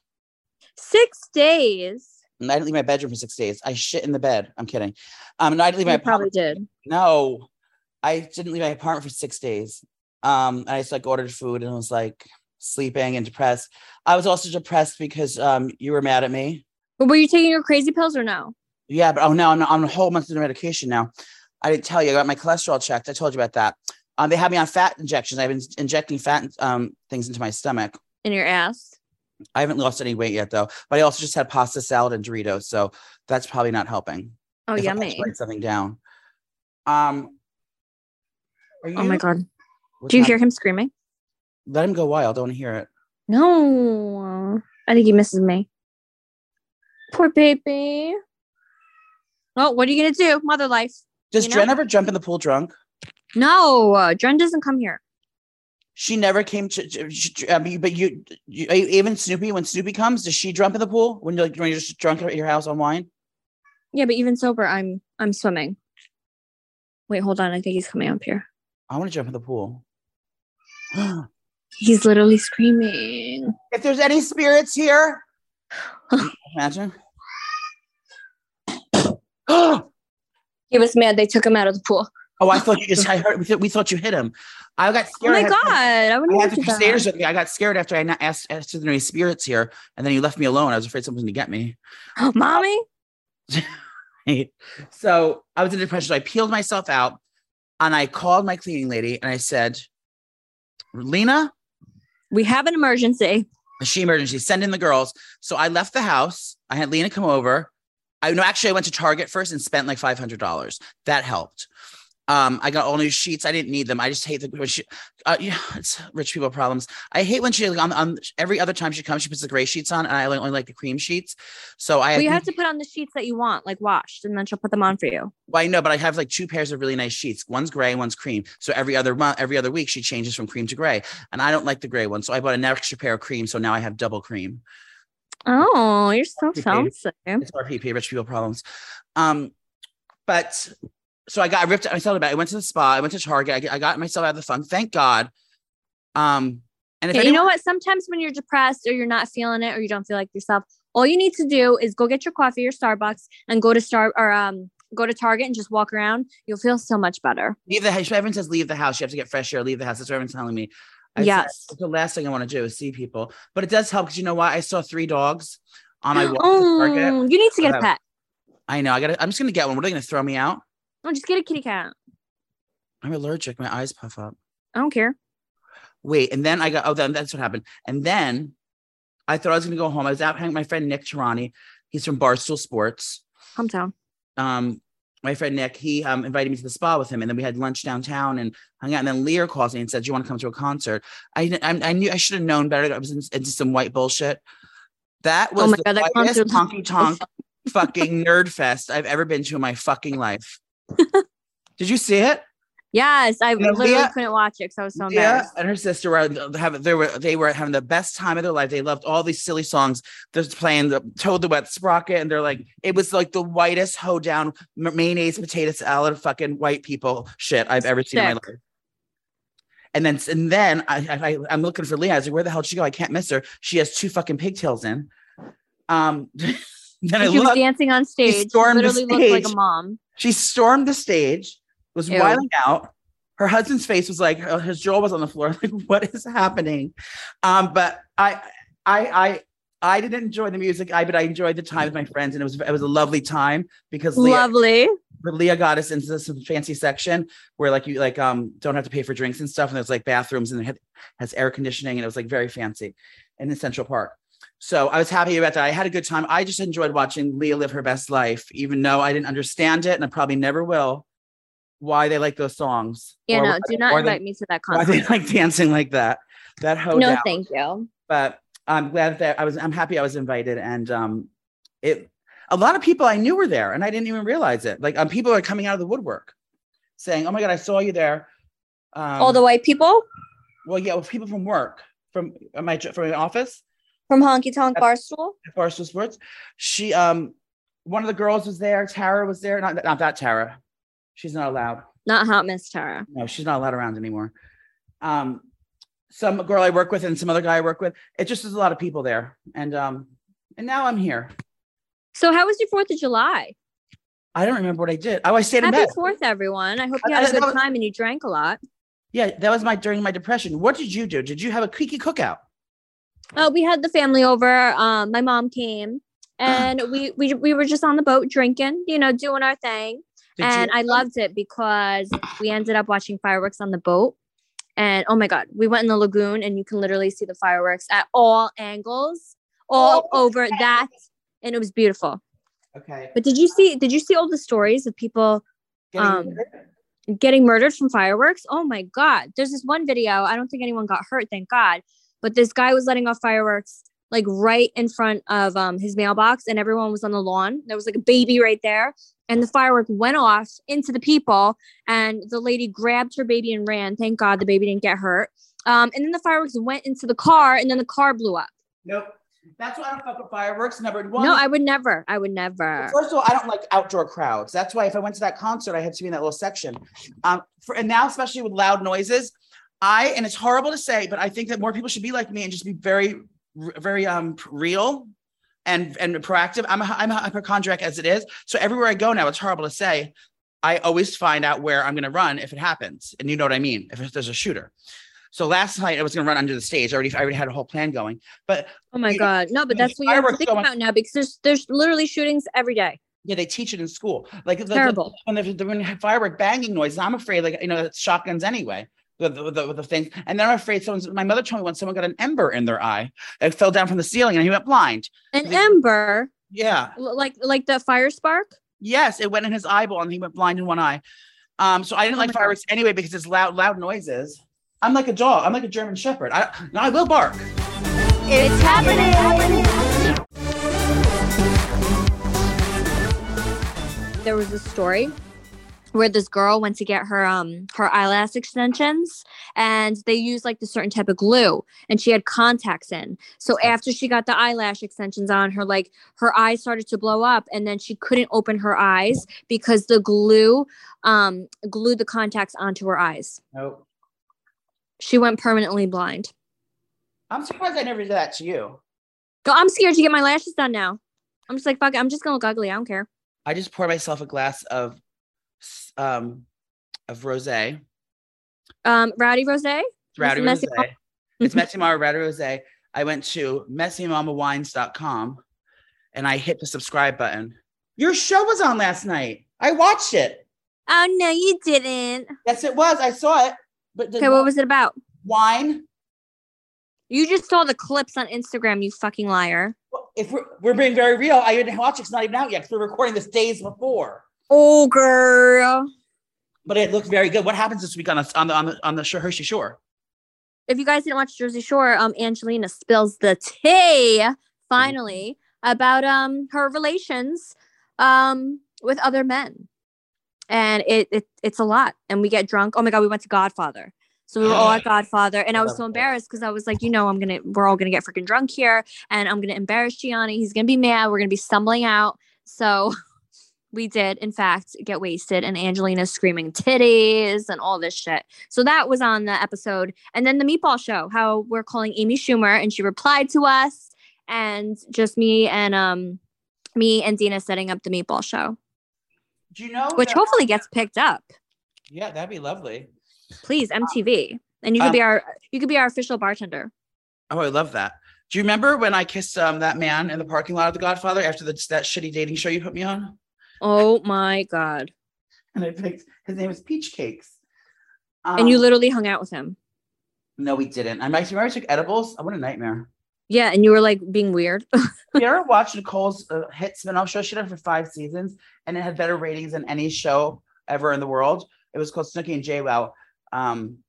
Speaker 3: Six days.
Speaker 2: And I didn't leave my bedroom for six days. I shit in the bed. I'm kidding. Um, and I didn't leave my
Speaker 3: You probably
Speaker 2: apartment.
Speaker 3: did.
Speaker 2: No, I didn't leave my apartment for six days. Um, and I just like ordered food and was like sleeping and depressed. I was also depressed because um, you were mad at me.
Speaker 3: But were you taking your crazy pills or no?
Speaker 2: Yeah, but oh no, I'm on a whole month of medication now. I didn't tell you. I got my cholesterol checked. I told you about that. Um, they had me on fat injections. I've been injecting fat um, things into my stomach.
Speaker 3: In your ass?
Speaker 2: I haven't lost any weight yet though. But I also just had pasta salad and Doritos, so that's probably not helping.
Speaker 3: Oh,
Speaker 2: if I
Speaker 3: yummy.
Speaker 2: actually write something down. Um. Are you,
Speaker 3: Oh my god.
Speaker 2: what
Speaker 3: Do you
Speaker 2: time-
Speaker 3: hear him screaming?
Speaker 2: Let him go wild. I want to hear it.
Speaker 3: No. I think he misses me. Poor baby. Oh, what are you gonna do? Mother life.
Speaker 2: Does
Speaker 3: You know-
Speaker 2: Dren ever jump in the pool drunk?
Speaker 3: No, uh, Dren doesn't come here.
Speaker 2: She never came to. to- she- I mean, but you, you, even Snoopy. When Snoopy comes, does she jump in the pool when you're like when you're just drunk at your house on wine?
Speaker 3: Yeah, but even sober, I'm I'm swimming. Wait, hold on. I think he's coming up here.
Speaker 2: I want to jump in the pool.
Speaker 3: He's literally screaming.
Speaker 2: if there's any spirits here, imagine. oh,
Speaker 3: He was mad they took him out of the pool.
Speaker 2: I thought you just. I heard. We, thought we thought you hit him. I got
Speaker 3: Oh
Speaker 2: scared.
Speaker 3: my
Speaker 2: I had-
Speaker 3: god. I
Speaker 2: I
Speaker 3: wouldn't
Speaker 2: had
Speaker 3: do
Speaker 2: the
Speaker 3: that.
Speaker 2: crusaders with me. I got scared after I na- asked, asked if there were any spirits here, and then you left me alone. I was afraid someone was going to get me.
Speaker 3: Mommy?
Speaker 2: so I was in depression. So I peeled myself out, and I called my cleaning lady, and I said, "Lena,
Speaker 3: We have an emergency.
Speaker 2: she emergency send in the girls so i left the house i had lena come over i no actually i went to target first and spent like $500 that helped um i got all new sheets i didn't need them i just hate the when she, uh, yeah it's rich people problems i hate when she like on, on every other time she comes she puts the gray sheets on and i only, only like the cream sheets so i
Speaker 3: Well, you have to put on the sheets that you want, like washed, and then she'll put them on for you.
Speaker 2: well, I know, but I have like two pairs of really nice sheets. One's gray, one's cream. So every other month, every other week, she changes from cream to gray, and I don't like the gray one. So I bought an extra pair of cream. So now I have double cream.
Speaker 3: Oh, you're so
Speaker 2: Okay.
Speaker 3: fancy.
Speaker 2: it's RPP, rich people problems. Um, but so I got I ripped myself out of bed. I went to the spa. I went to Target. I, g- I got myself out of the funk. Thank God. Um, and if
Speaker 3: Yeah, you know
Speaker 2: anyone,
Speaker 3: what? Sometimes when you're depressed or you're not feeling it or you don't feel like yourself, all you need to do is go get your coffee or Starbucks and go to Star or um go to Target and just walk around. You'll feel so much better.
Speaker 2: leave the house. Everyone says leave the house. You have to get fresh air. Leave the house. That's what everyone's telling me. I said,
Speaker 3: yes.
Speaker 2: "That's the last thing I want to do is see people, but it does help because you know what? I saw three dogs on my walk to Target.
Speaker 3: Oh, you need to get
Speaker 2: Uh,
Speaker 3: a pet.
Speaker 2: I know. I got. to I'm just gonna get one. What are they gonna throw me out?
Speaker 3: Oh, just get a kitty cat.
Speaker 2: I'm allergic. My eyes puff up.
Speaker 3: I don't care.
Speaker 2: Wait, and then I got. Oh, then that's what happened. And then I thought I was gonna go home. I was out hanging with my friend Nick Tarani. He's from Barstool Sports.
Speaker 3: Hometown.
Speaker 2: um my friend Nick, he um, invited me to the spa with him, and then we had lunch downtown and hung out. And then Lear calls me and said, "Do you want to come to a concert?" I I, I knew I should have known better. I was in- into some white bullshit. That was
Speaker 3: Oh my
Speaker 2: the
Speaker 3: God, that
Speaker 2: whitest
Speaker 3: concert was
Speaker 2: honky tonk fucking nerd fest I've ever been to in my fucking life. Did you see it?
Speaker 3: Yes, I
Speaker 2: know,
Speaker 3: literally
Speaker 2: Leah-
Speaker 3: couldn't watch it because I was so
Speaker 2: Yeah,
Speaker 3: embarrassed.
Speaker 2: and her sister were having they were they were having the best time of their life. They loved all these silly songs. They're playing the Toad the Wet Sprocket, and they're like, it was like the whitest hoedown m- mayonnaise potato salad fucking white people shit I've ever seen in my
Speaker 3: Sick.
Speaker 2: life. And then and then I, I I- I'm looking for Leah. I was like, where the hell did she go? I can't miss her. She has two fucking pigtails in. Um, then I
Speaker 3: And she was
Speaker 2: looked.
Speaker 3: dancing on stage. She
Speaker 2: stormed the
Speaker 3: literally looked like
Speaker 2: stage.
Speaker 3: a mom.
Speaker 2: She stormed the stage, was
Speaker 3: Ew.
Speaker 2: wiling out. Her husband's face was like uh, his jaw was on the floor. Like, what is happening? Um, but I, I, I, I didn't enjoy the music. I, but I enjoyed the time with my friends, and it was it was a lovely time because Leah,
Speaker 3: Lovely.
Speaker 2: Leah got us into some fancy section where like you like um don't have to pay for drinks and stuff, and there's like bathrooms and it had- has air conditioning, and it was like very fancy, and in Central Park. So I was happy about that. I had a good time. I just enjoyed watching Leah live her best life, even though I didn't understand it, and I probably never will. Why they like those songs?
Speaker 3: Yeah,
Speaker 2: or
Speaker 3: no,
Speaker 2: why-
Speaker 3: do not
Speaker 2: or they-
Speaker 3: invite me to that
Speaker 2: Why
Speaker 3: concert.
Speaker 2: they like dancing like that? That ho
Speaker 3: no,
Speaker 2: down. Um,
Speaker 3: thank you.
Speaker 2: But I'm glad that I was. I'm happy I was invited, and um, it. A lot of people I knew were there, and I didn't even realize it. Like um, people are coming out of the woodwork, saying, "Oh my god, I saw you there." Um,
Speaker 3: All the white people
Speaker 2: well, yeah, well, people from work, from uh, my jo- from my office.
Speaker 3: from Honky Tonk Barstool.
Speaker 2: at Barstool Sports. She, um, one of the girls was there. Tara was there. Not, not that Tara. She's not allowed.
Speaker 3: Not Hot Miss Tara.
Speaker 2: No, she's not allowed around anymore. Um, some girl I work with and some other guy I work with. It just is a lot of people there. And um, and now I'm here.
Speaker 3: So, how was your Fourth of July?
Speaker 2: I don't remember what I did. Oh, I stayed in
Speaker 3: Happy
Speaker 2: bed.
Speaker 3: Fourth, everyone. I hope
Speaker 2: I-
Speaker 3: you had
Speaker 2: I-
Speaker 3: a
Speaker 2: that was-
Speaker 3: good time and you drank a lot.
Speaker 2: Yeah, that was my during my depression. What did you do? Did you have a creaky cookout?
Speaker 3: Oh, we had the family over. Um, my mom came, and we we we were just on the boat drinking, you know, doing our thing.
Speaker 2: Did
Speaker 3: and
Speaker 2: you,
Speaker 3: I loved it because we ended up watching fireworks on the boat. And oh my God, we went in the lagoon and you can literally see the fireworks at all angles, all over that. And it was beautiful.
Speaker 2: okay.
Speaker 3: But did you see, did you see all the stories of people
Speaker 2: Getting-
Speaker 3: um, getting murdered from fireworks? Oh my God. There's this one video. I don't think anyone got hurt, thank God. But this guy was letting off fireworks like right in front of um, his mailbox and everyone was on the lawn. There was like a baby right there. And the firework went off into the people. And the lady grabbed her baby and ran. Thank God the baby didn't get hurt. Um, and then the fireworks went into the car and then the car blew up.
Speaker 2: nope. That's why I don't fuck with fireworks. Number one.
Speaker 3: No, I would never. I would never.
Speaker 2: First of all, I don't like outdoor crowds. That's why if I went to that concert, I had to be in that little section. Um, for, and now, especially with loud noises, I and it's horrible to say, but I think that more people should be like me and just be very, very um real and and proactive. I'm a, I'm a hypochondriac as it is, so everywhere I go now, it's horrible to say. I always find out where I'm going to run if it happens, and you know what I mean. If there's a shooter, so last night I was going to run under the stage. I already I already had a whole plan going, but
Speaker 3: Oh my
Speaker 2: you-
Speaker 3: God. No, but
Speaker 2: there's
Speaker 3: that's what you have to
Speaker 2: fireworks
Speaker 3: think
Speaker 2: going-
Speaker 3: about now because there's, there's literally shootings every day.
Speaker 2: yeah, they teach it in school. Like the- the,
Speaker 3: Terrible.
Speaker 2: when there's when you have firework banging noises, I'm afraid like you know it's shotguns anyway. The, the, the, the things, and then I'm afraid someone's. My mother told me once someone got an ember in their eye. It fell down from the ceiling, and he went blind.
Speaker 3: An
Speaker 2: the-
Speaker 3: ember,
Speaker 2: Yeah,
Speaker 3: l- like like the fire spark.
Speaker 2: yes, it went in his eyeball, and he went blind in one eye. Um, so I didn't
Speaker 3: Oh
Speaker 2: like
Speaker 3: my God.
Speaker 2: fireworks anyway because it's loud, loud noises. I'm like a dog. I'm like a German Shepherd. I, now I will bark.
Speaker 1: It's happening.
Speaker 3: There was a story where this girl went to get her um her eyelash extensions and they used like the certain type of glue and she had contacts in. So after she got the eyelash extensions on her like her eyes started to blow up and then she couldn't open her eyes because the glue um glued the contacts onto her eyes.
Speaker 2: Nope.
Speaker 3: She went permanently blind.
Speaker 2: I'm surprised I never did that to you.
Speaker 3: Go, I'm scared to get my lashes done now. I'm just like fuck it, I'm just going to look ugly. I don't care.
Speaker 2: I just poured myself a glass of, s- um, of rosé.
Speaker 3: Um Rowdy Rosé
Speaker 2: Rowdy
Speaker 3: messy
Speaker 2: Rosé. It's Messy Mama Red Rose. I went to messymamawines.com and I hit the subscribe button. Your show was on last night. I watched it.
Speaker 3: Oh no, you didn't.
Speaker 2: Yes, it was. I saw it. But the
Speaker 3: Okay, what was it about?
Speaker 2: wine?
Speaker 3: You just saw the clips on Instagram, you fucking liar.
Speaker 2: If we're, we're being very real, I didn't watch it. It's not even out yet because we're recording this days before.
Speaker 3: Oh girl.
Speaker 2: But it looked very good. What happens this week on the on the on the, on the Sh- Hershey Shore?
Speaker 3: If you guys didn't watch Jersey Shore, um Angelina spills the tea finally about um her relations um with other men. And it, it it's a lot. And we get drunk. Oh my god, we went to Godfather. So we were all at Godfather, and I was so embarrassed because I was like, you know, I'm gonna, we're all gonna get freaking drunk here, and I'm gonna embarrass Gianni. He's gonna be mad. We're gonna be stumbling out. So we did, in fact, get wasted, and Angelina's screaming titties and all this shit. So that was on the episode, and then the meatball show. How we're calling Amy Schumer, and she replied to us, and just me and um, me and Dina setting up the meatball show,
Speaker 2: Do you know?
Speaker 3: which
Speaker 2: that-
Speaker 3: hopefully gets picked up.
Speaker 2: yeah, that'd be lovely.
Speaker 3: Please, MTV, and you could
Speaker 2: Um,
Speaker 3: be our, you could be our official bartender.
Speaker 2: Oh, I love that. Do you remember when I kissed um, that man in the parking lot of The Godfather after the, that shitty dating show you put me on?
Speaker 3: Oh my god.
Speaker 2: And I picked his name was Peach Cakes.
Speaker 3: and you
Speaker 2: Um,
Speaker 3: literally hung out with him.
Speaker 2: No, we didn't. I might remember I took edibles. I what a nightmare.
Speaker 3: Yeah, and you were like being weird.
Speaker 2: Have you ever watched Nicole's uh, hit spin-off show? She did it for five seasons, and it had better ratings than any show ever in the world. It was called Snooki and Jay Wow. Um,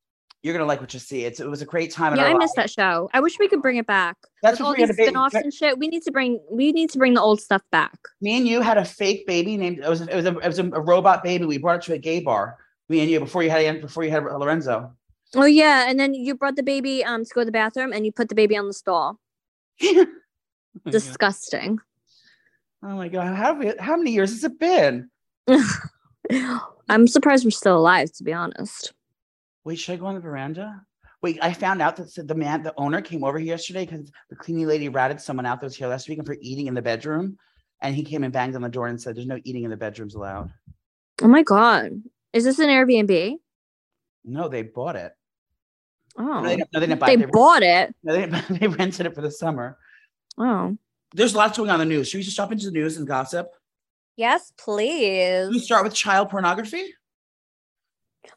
Speaker 2: you're gonna like what you see. It's, it was a great time. in
Speaker 3: yeah,
Speaker 2: our
Speaker 3: I
Speaker 2: lives.
Speaker 3: miss that show. I wish we could bring it back.
Speaker 2: That's
Speaker 3: With
Speaker 2: what
Speaker 3: all
Speaker 2: we had
Speaker 3: these
Speaker 2: a baby.
Speaker 3: spin-offs and shit. We need to bring we need to bring the old stuff back.
Speaker 2: Me and you had a fake baby named. It was it was a, it was a robot baby. We brought it to a gay bar. Me and you before you had before you had Lorenzo.
Speaker 3: Oh yeah, and then you brought the baby um to go to the bathroom and you put the baby on the stall.
Speaker 2: oh
Speaker 3: Disgusting.
Speaker 2: my god! How have we, how many years has it been?
Speaker 3: I'm surprised we're still alive, to be honest.
Speaker 2: Wait, should I go on the veranda? Wait, I found out that the man, the owner, came over here yesterday because the cleaning lady ratted someone out that was here last weekend for eating in the bedroom, and he came and banged on the door and said, "There's no eating in the bedrooms allowed."
Speaker 3: Oh my god. Is this an Airbnb?
Speaker 2: No, they bought it.
Speaker 3: Oh.
Speaker 2: No, they, didn't- no, they didn't buy
Speaker 3: they
Speaker 2: it. They,
Speaker 3: bought it.
Speaker 2: no, they, didn't buy it. they rented it for the summer.
Speaker 3: Oh.
Speaker 2: There's lots going on in the news. Should we just jump into the news and gossip?
Speaker 3: Yes,
Speaker 2: Should we
Speaker 3: please.
Speaker 2: start with child pornography?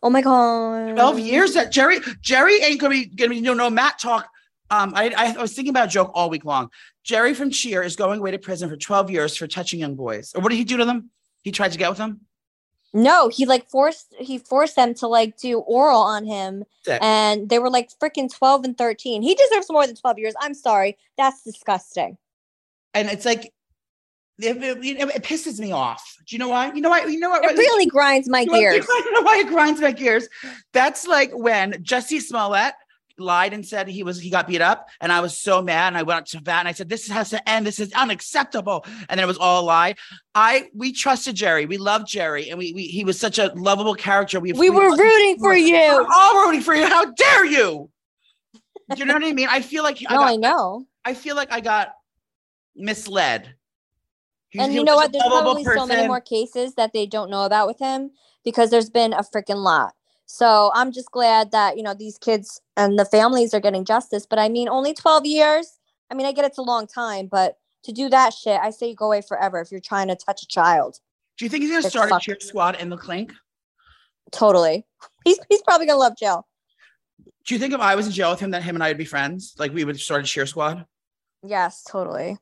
Speaker 3: Oh my god.
Speaker 2: Twelve years that Jerry Jerry ain't gonna be gonna be no no Matt talk. Um, I, I was thinking about a joke all week long. Jerry from Cheer is going away to prison for twelve years for touching young boys. Or what did he do to them? He tried to get with them.
Speaker 3: No, he like forced he forced them to like do oral on him,
Speaker 2: Sick.
Speaker 3: and they were like freaking twelve and thirteen. He deserves more than twelve years. I'm sorry, that's disgusting.
Speaker 2: And it's like it, it- you know, it pisses me off. Do you know why? You know why? You know what?
Speaker 3: It really grinds my
Speaker 2: you know-
Speaker 3: gears.
Speaker 2: You know why it grinds my gears? That's like when Jesse Smollett lied and said he was he got beat up, and I was so mad, and I went up to Vat and I said, "This has to end. This is unacceptable." And then it was all a lie. I we trusted Jerry, we loved Jerry, and we, we he was such a lovable character. We
Speaker 3: We were rooting for
Speaker 2: We're
Speaker 3: you.
Speaker 2: all rooting for you. How dare you? Do you know what I mean? I feel like I,
Speaker 3: No,
Speaker 2: got,
Speaker 3: I know.
Speaker 2: I feel like I got misled. He-
Speaker 3: And
Speaker 2: he
Speaker 3: you
Speaker 2: was
Speaker 3: know
Speaker 2: such
Speaker 3: what?
Speaker 2: a
Speaker 3: There's probably
Speaker 2: lovable
Speaker 3: so many
Speaker 2: person.
Speaker 3: more cases that they don't know about with him because there's been a freaking lot. So I'm just glad that you know these kids and the families are getting justice. But I mean, only twelve years. I mean, I get it's a long time, but to do that shit, I say you go away forever if you're trying to touch a child.
Speaker 2: Do you think he's gonna
Speaker 3: It's
Speaker 2: start a
Speaker 3: fucked.
Speaker 2: cheer squad in the clink?
Speaker 3: Totally. He's he's probably gonna love jail.
Speaker 2: Do you think if I was in jail with him that him and I would be friends? Like we would start a cheer squad?
Speaker 3: Yes, totally.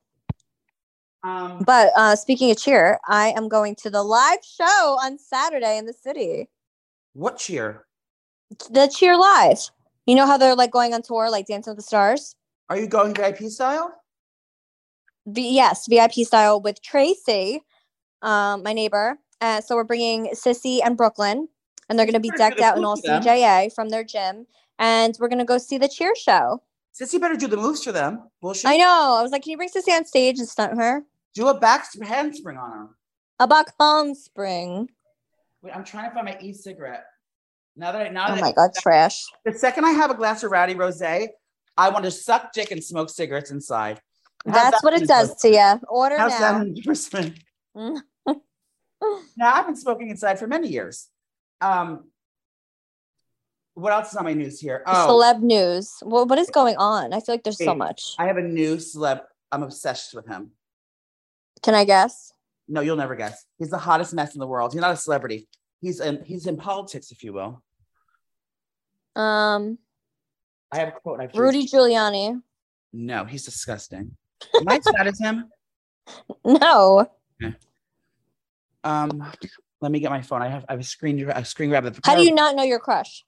Speaker 2: Um
Speaker 3: But uh speaking of cheer, I am going to the live show on Saturday in the city.
Speaker 2: what cheer?
Speaker 3: The cheer live. You know how they're like going on tour, like Dancing with the Stars?
Speaker 2: Are you going VIP style?
Speaker 3: V- yes, VIP style with Tracy, um, my neighbor. Uh, so we're bringing Sissy and Brooklyn, and they're going to be
Speaker 2: Sure,
Speaker 3: decked
Speaker 2: good
Speaker 3: out in
Speaker 2: luck
Speaker 3: all
Speaker 2: to them.
Speaker 3: CJA from their gym, and we're going to go see the cheer show.
Speaker 2: Sissy better do the moves for them. Bullshit.
Speaker 3: I know. I was like, can you bring Sissy on stage and stunt her?
Speaker 2: Do a back sp- handspring on her.
Speaker 3: About Palm Spring.
Speaker 2: Wait, I'm trying to find my e-cigarette. Now that I now
Speaker 3: Oh
Speaker 2: that
Speaker 3: my god, trash.
Speaker 2: the second I have a glass of rowdy rose, I want to suck dick and smoke cigarettes inside. How's
Speaker 3: That's
Speaker 2: that
Speaker 3: what
Speaker 2: for
Speaker 3: it does to you. Order
Speaker 2: How's that
Speaker 3: now.
Speaker 2: an endorsement? now I've been smoking inside for many years. Um, What else is on my news here? Oh,
Speaker 3: Celeb news. Well, what is going on? I feel like there's so
Speaker 2: Wait.
Speaker 3: much.
Speaker 2: I have a new celeb. I'm obsessed with him.
Speaker 3: Can I guess?
Speaker 2: No, you'll never guess. He's the hottest mess in the world. He's not a celebrity. He's in he's in politics, if you will.
Speaker 3: Um,
Speaker 2: I have a quote. I've
Speaker 3: Rudy Giuliani.
Speaker 2: No, he's disgusting. Am I as bad as him?
Speaker 3: No.
Speaker 2: Um, let me get my phone. I have I have a screen gra- a screen grab. of-
Speaker 3: How do you not know your crush?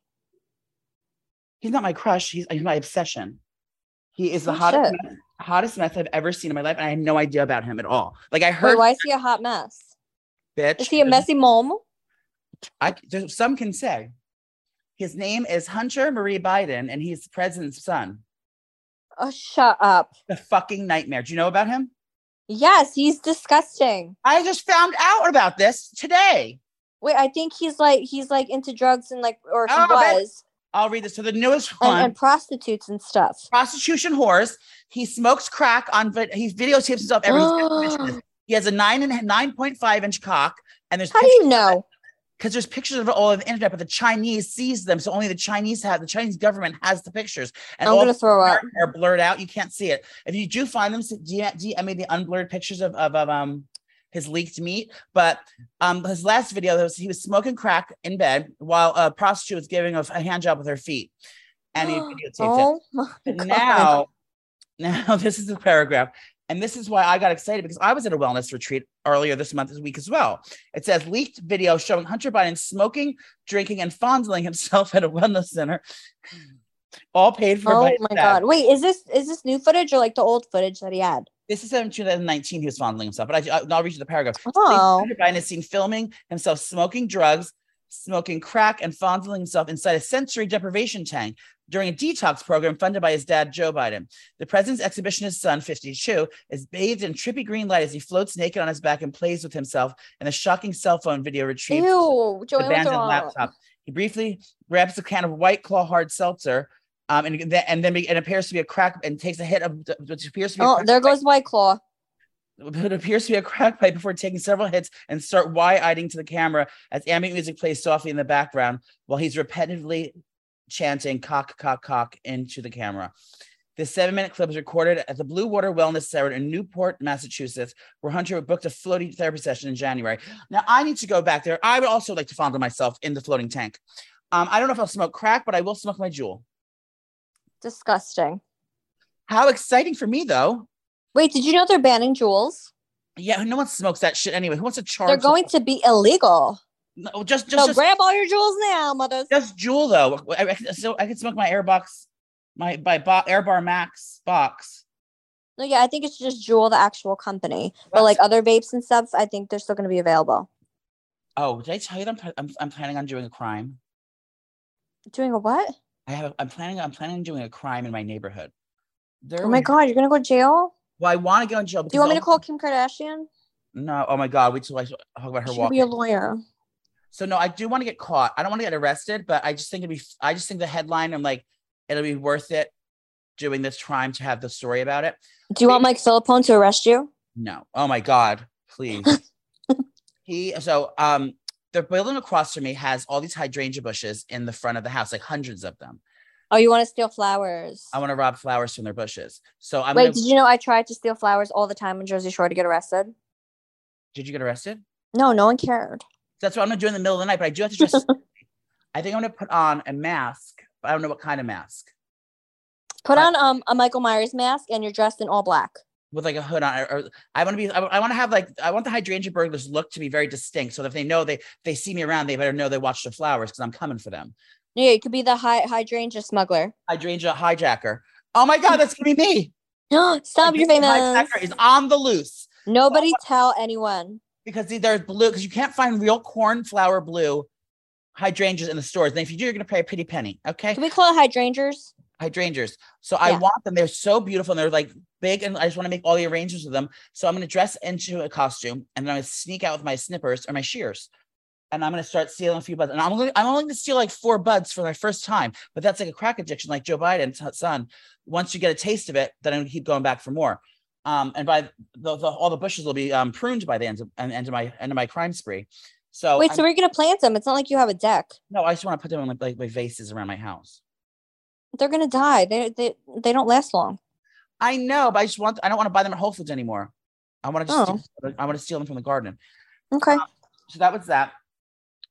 Speaker 2: He's not my crush. He's he's my obsession. He is the
Speaker 3: Oh,
Speaker 2: hottest
Speaker 3: shit.
Speaker 2: mess, hottest mess I've ever seen in my life, and I had no idea about him at all. Like I
Speaker 3: Wait,
Speaker 2: heard,
Speaker 3: why is he a hot mess?
Speaker 2: bitch.
Speaker 3: Is he a
Speaker 2: mess?
Speaker 3: messy mom?
Speaker 2: I there's- some can say his name is Hunter Marie Biden, and he's the president's son.
Speaker 3: Oh, shut up.
Speaker 2: The fucking nightmare. Do you know about him?
Speaker 3: Yes, he's disgusting.
Speaker 2: I just found out about this today.
Speaker 3: Wait, I think he's like he's like into drugs and like or he
Speaker 2: Oh, that-
Speaker 3: was
Speaker 2: I'll read this. So the newest one.
Speaker 3: Oh, and, and prostitutes and stuff.
Speaker 2: prostitution whores. He smokes crack on. vid- He videotapes himself every.
Speaker 3: Oh.
Speaker 2: he's got permission to- he has a nine and nine point five inch cock, and there's
Speaker 3: How do
Speaker 2: pictures,
Speaker 3: you know?
Speaker 2: because there's pictures of it all over the internet, but the Chinese sees them, so only the Chinese have the Chinese government has the pictures, and
Speaker 3: I'm
Speaker 2: all
Speaker 3: gonna throw up.
Speaker 2: are blurred out. You can't see it. If you do find them, s- DM, DM me the unblurred pictures of, of, of um his leaked meat. But um his last video, there was, he was smoking crack in bed while a prostitute was giving a, a hand job with her feet, and he videotaped it.
Speaker 3: Oh my
Speaker 2: But
Speaker 3: God.
Speaker 2: now, now this is the paragraph. And this is why I got excited because I was at a wellness retreat earlier this month, this week as well. It says leaked video showing Hunter Biden smoking, drinking, and fondling himself at a wellness center, all paid for
Speaker 3: Oh
Speaker 2: by
Speaker 3: my
Speaker 2: staff.
Speaker 3: god. Wait, is this is this new footage or like the old footage that he had?
Speaker 2: This is in 2019. He was fondling himself, but I, I'll read you the paragraph.
Speaker 3: Oh.
Speaker 2: Hunter Biden is seen filming himself smoking drugs, smoking crack, and fondling himself inside a sensory deprivation tank during a detox program funded by his dad, Joe Biden. The president's exhibitionist son, 52, is bathed in trippy green light as he floats naked on his back and plays with himself in the shocking cell phone video retrieved from
Speaker 3: Ew,
Speaker 2: the
Speaker 3: Joey, what's
Speaker 2: abandoned
Speaker 3: wrong?
Speaker 2: laptop. He briefly grabs a can of White Claw hard seltzer. Um, and, then and then it appears to be a crack and takes a hit of which appears to be a
Speaker 3: Oh,
Speaker 2: crack
Speaker 3: there
Speaker 2: pipe
Speaker 3: goes White Claw.
Speaker 2: it appears to be a crack pipe before taking several hits and start wide-eyeing to the camera as ambient music plays softly in the background while he's repetitively chanting cock cock cock into the camera this seven-minute clip was recorded at the blue water wellness center in newport massachusetts where hunter booked a floating therapy session in january now i need to go back there i would also like to fondle myself in the floating tank um, i don't know if i'll smoke crack but i will smoke my jewel
Speaker 3: Disgusting.
Speaker 2: how exciting for me though
Speaker 3: Wait, did you know they're banning jewels?
Speaker 2: yeah no one smokes that shit anyway who wants to charge
Speaker 3: They're going to be illegal.
Speaker 2: no, just just,
Speaker 3: So
Speaker 2: just
Speaker 3: grab all your jewels now, mothers.
Speaker 2: Just Jewel though. I, I- so I could smoke my Airbox, my my bo- Airbar Max box.
Speaker 3: No, yeah, I think it's just Jewel, the actual company. But like other vapes and stuff, I think they're still going to be available.
Speaker 2: Oh, did I tell you that I'm, pl- I'm I'm planning on doing a crime?
Speaker 3: Doing a what?
Speaker 2: I have. A, I'm planning. I'm planning on doing a crime in my neighborhood. There
Speaker 3: Oh my
Speaker 2: was-
Speaker 3: god, you're going to go to jail?
Speaker 2: Well, I want to go in jail.
Speaker 3: Do you want me to
Speaker 2: because
Speaker 3: call Kim Kardashian?
Speaker 2: I'll- No. Oh my God. Wait till I talk about her
Speaker 3: She'll be a
Speaker 2: walking.
Speaker 3: lawyer.
Speaker 2: So no, I do want to get caught. I don't want to get arrested, but I just think it'd be. f- I just think the headline. I'm like, it'll be worth it doing this crime to have the story about it.
Speaker 3: Do you want Mike Philippone to arrest you?
Speaker 2: No. Oh my God. Please. he so um the building across from me has all these hydrangea bushes in the front of the house, like hundreds of them.
Speaker 3: Oh, you want to steal flowers?
Speaker 2: I want to rob flowers from their bushes. So I'm
Speaker 3: Wait,
Speaker 2: gonna,
Speaker 3: did
Speaker 2: did,
Speaker 3: you know I tried to steal flowers all the time in Jersey Shore to get arrested?
Speaker 2: you get arrested?
Speaker 3: No, no one cared.
Speaker 2: That's what I'm gonna do in the middle of the night, but I do have to dress. I think I'm gonna put on a mask, but I don't know what kind of mask.
Speaker 3: Put
Speaker 2: I-
Speaker 3: on um a Michael Myers mask and you're dressed in all black.
Speaker 2: With like a hood on, or, or- I want to be. I, want to have like. I want the hydrangea burglars' look to be very distinct, so that if they know they they see me around, they better know they watched the flowers because I'm coming for them.
Speaker 3: Yeah, you could be the hy- hydrangea smuggler.
Speaker 2: Hydrangea hijacker. Oh my god, that's gonna be me.
Speaker 3: Stop your
Speaker 2: Hydrangea hijacker
Speaker 3: famous.
Speaker 2: is on the loose.
Speaker 3: Nobody tell anyone.
Speaker 2: because the- there's blue because you can't find real cornflower blue hydrangeas in the stores. And if you do, you're gonna pay a pretty penny. Okay,
Speaker 3: Can we call it hydrangeas?
Speaker 2: hydrangeas. So I
Speaker 3: Yeah.
Speaker 2: want them. They're so beautiful and they're like big, and I just want to make all the arrangements with them. So I'm gonna dress into a costume, and then I'm gonna sneak out with my snippers or my shears. And I'm gonna start stealing a few buds, and I'm only I'm only gonna steal like four buds for my first time. But that's like a crack addiction, like Joe Biden's son. Once you get a taste of it, then I'm gonna keep going back for more. Um, and by the, the all the bushes will be um, pruned by the end of end of my end of my crime spree. So
Speaker 3: Wait,
Speaker 2: I'm-
Speaker 3: so we're gonna plant them. It's not like you have a deck.
Speaker 2: no, I just want to put them in like, like my vases around my house.
Speaker 3: They're gonna die. They they they don't last long.
Speaker 2: I know, but I just want I don't want to buy them at Whole Foods anymore. I want to just
Speaker 3: Oh.
Speaker 2: steal, I want to steal them from the garden.
Speaker 3: Okay.
Speaker 2: So that was that.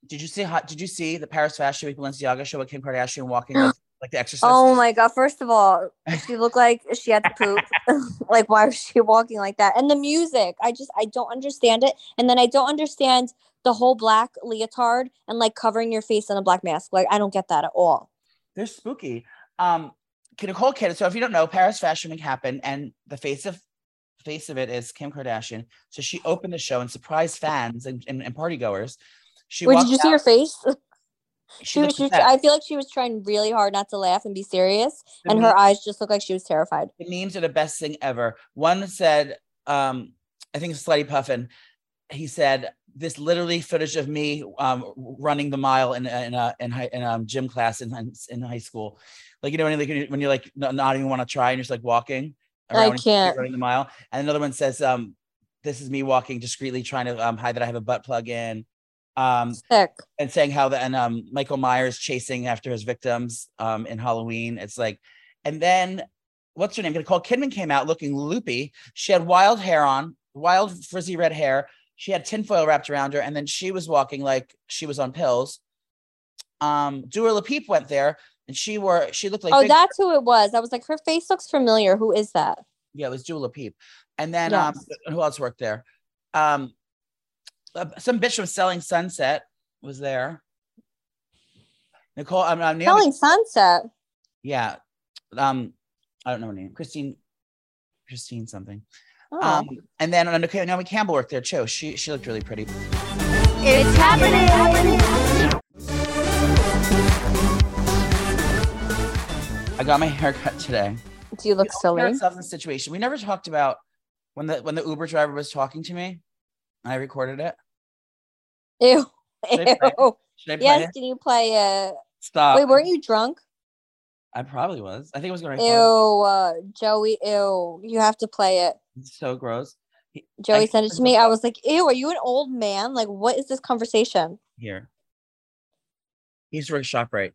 Speaker 2: Did you see how, did you see the Paris Fashion Week Balenciaga show with Kim Kardashian walking like, like the exorcist?
Speaker 3: Oh my god! First of all, she looked like she had to poop. like, why was she walking like that? And the music, I just I don't understand it. And then I don't understand the whole black leotard and like covering your face in a black mask. Like, I don't get that at all.
Speaker 2: They're spooky. Um K- Nicole Kidman. So if you don't know, Paris Fashion Week happened and the face of face of it is Kim Kardashian. So she opened the show and surprised fans and, and, and party goers. She
Speaker 3: Wait,
Speaker 2: walked
Speaker 3: did you see
Speaker 2: out-
Speaker 3: her face?
Speaker 2: she
Speaker 3: She was.
Speaker 2: looked
Speaker 3: She was
Speaker 2: upset.
Speaker 3: I feel like she was trying really hard not to laugh and be serious,
Speaker 2: The
Speaker 3: and her eyes just looked like she was terrified.
Speaker 2: the memes are the best thing ever. One said, um, I think it's Slutty Puffin. He said, "This literally footage of me um, running the mile in in a in, high, in um, gym class in in- in high school, like you know when you're, like, when you're- when you're like not, not even want to try and you're just like walking
Speaker 3: I
Speaker 2: around when you're
Speaker 3: can't.
Speaker 2: running the mile." And another one says, um, "This is me walking discreetly, trying to um, hide that I have a butt plug in." Um,
Speaker 3: Sick.
Speaker 2: and saying how the and um Michael Myers chasing after his victims um in Halloween. It's like, and then what's her name? Nicole Kidman came out looking loopy. She had wild hair on, wild frizzy red hair. She had tinfoil wrapped around her, and then she was walking like she was on pills. Um, Dua Lapeep went there, and she wore she looked like
Speaker 3: Oh,
Speaker 2: Big-
Speaker 3: that's who it was. I was like, her face looks familiar. Who is that?
Speaker 2: yeah, it was Dua Lapeep. And then um,
Speaker 3: Yes.
Speaker 2: who else worked there? Um, uh, some bitch was selling Sunset was there. Nicole, I'm, I'm Naomi
Speaker 3: Selling sunset.
Speaker 2: yeah um i don't know her name christine christine something
Speaker 3: Oh.
Speaker 2: um and then and okay naomi campbell worked there too she she looked really pretty
Speaker 1: It's happening.
Speaker 2: i got my hair cut today
Speaker 3: Do you look
Speaker 2: Put
Speaker 3: silly?
Speaker 2: ourselves in a situation we never talked about when the when the uber driver was talking to me and i recorded it
Speaker 3: Ew.
Speaker 2: Should I play
Speaker 3: Ew.
Speaker 2: should i play
Speaker 3: Yes,
Speaker 2: it
Speaker 3: can you play uh
Speaker 2: stop
Speaker 3: Wait, weren't you drunk?
Speaker 2: i probably was i think it was gonna
Speaker 3: Ew, uh, Joey, ew. You have to play it.
Speaker 2: it's so gross
Speaker 3: Joey
Speaker 2: I-
Speaker 3: sent it to me. I was like, ew, are you an old man? Like, what is this conversation?
Speaker 2: here he used to work shop right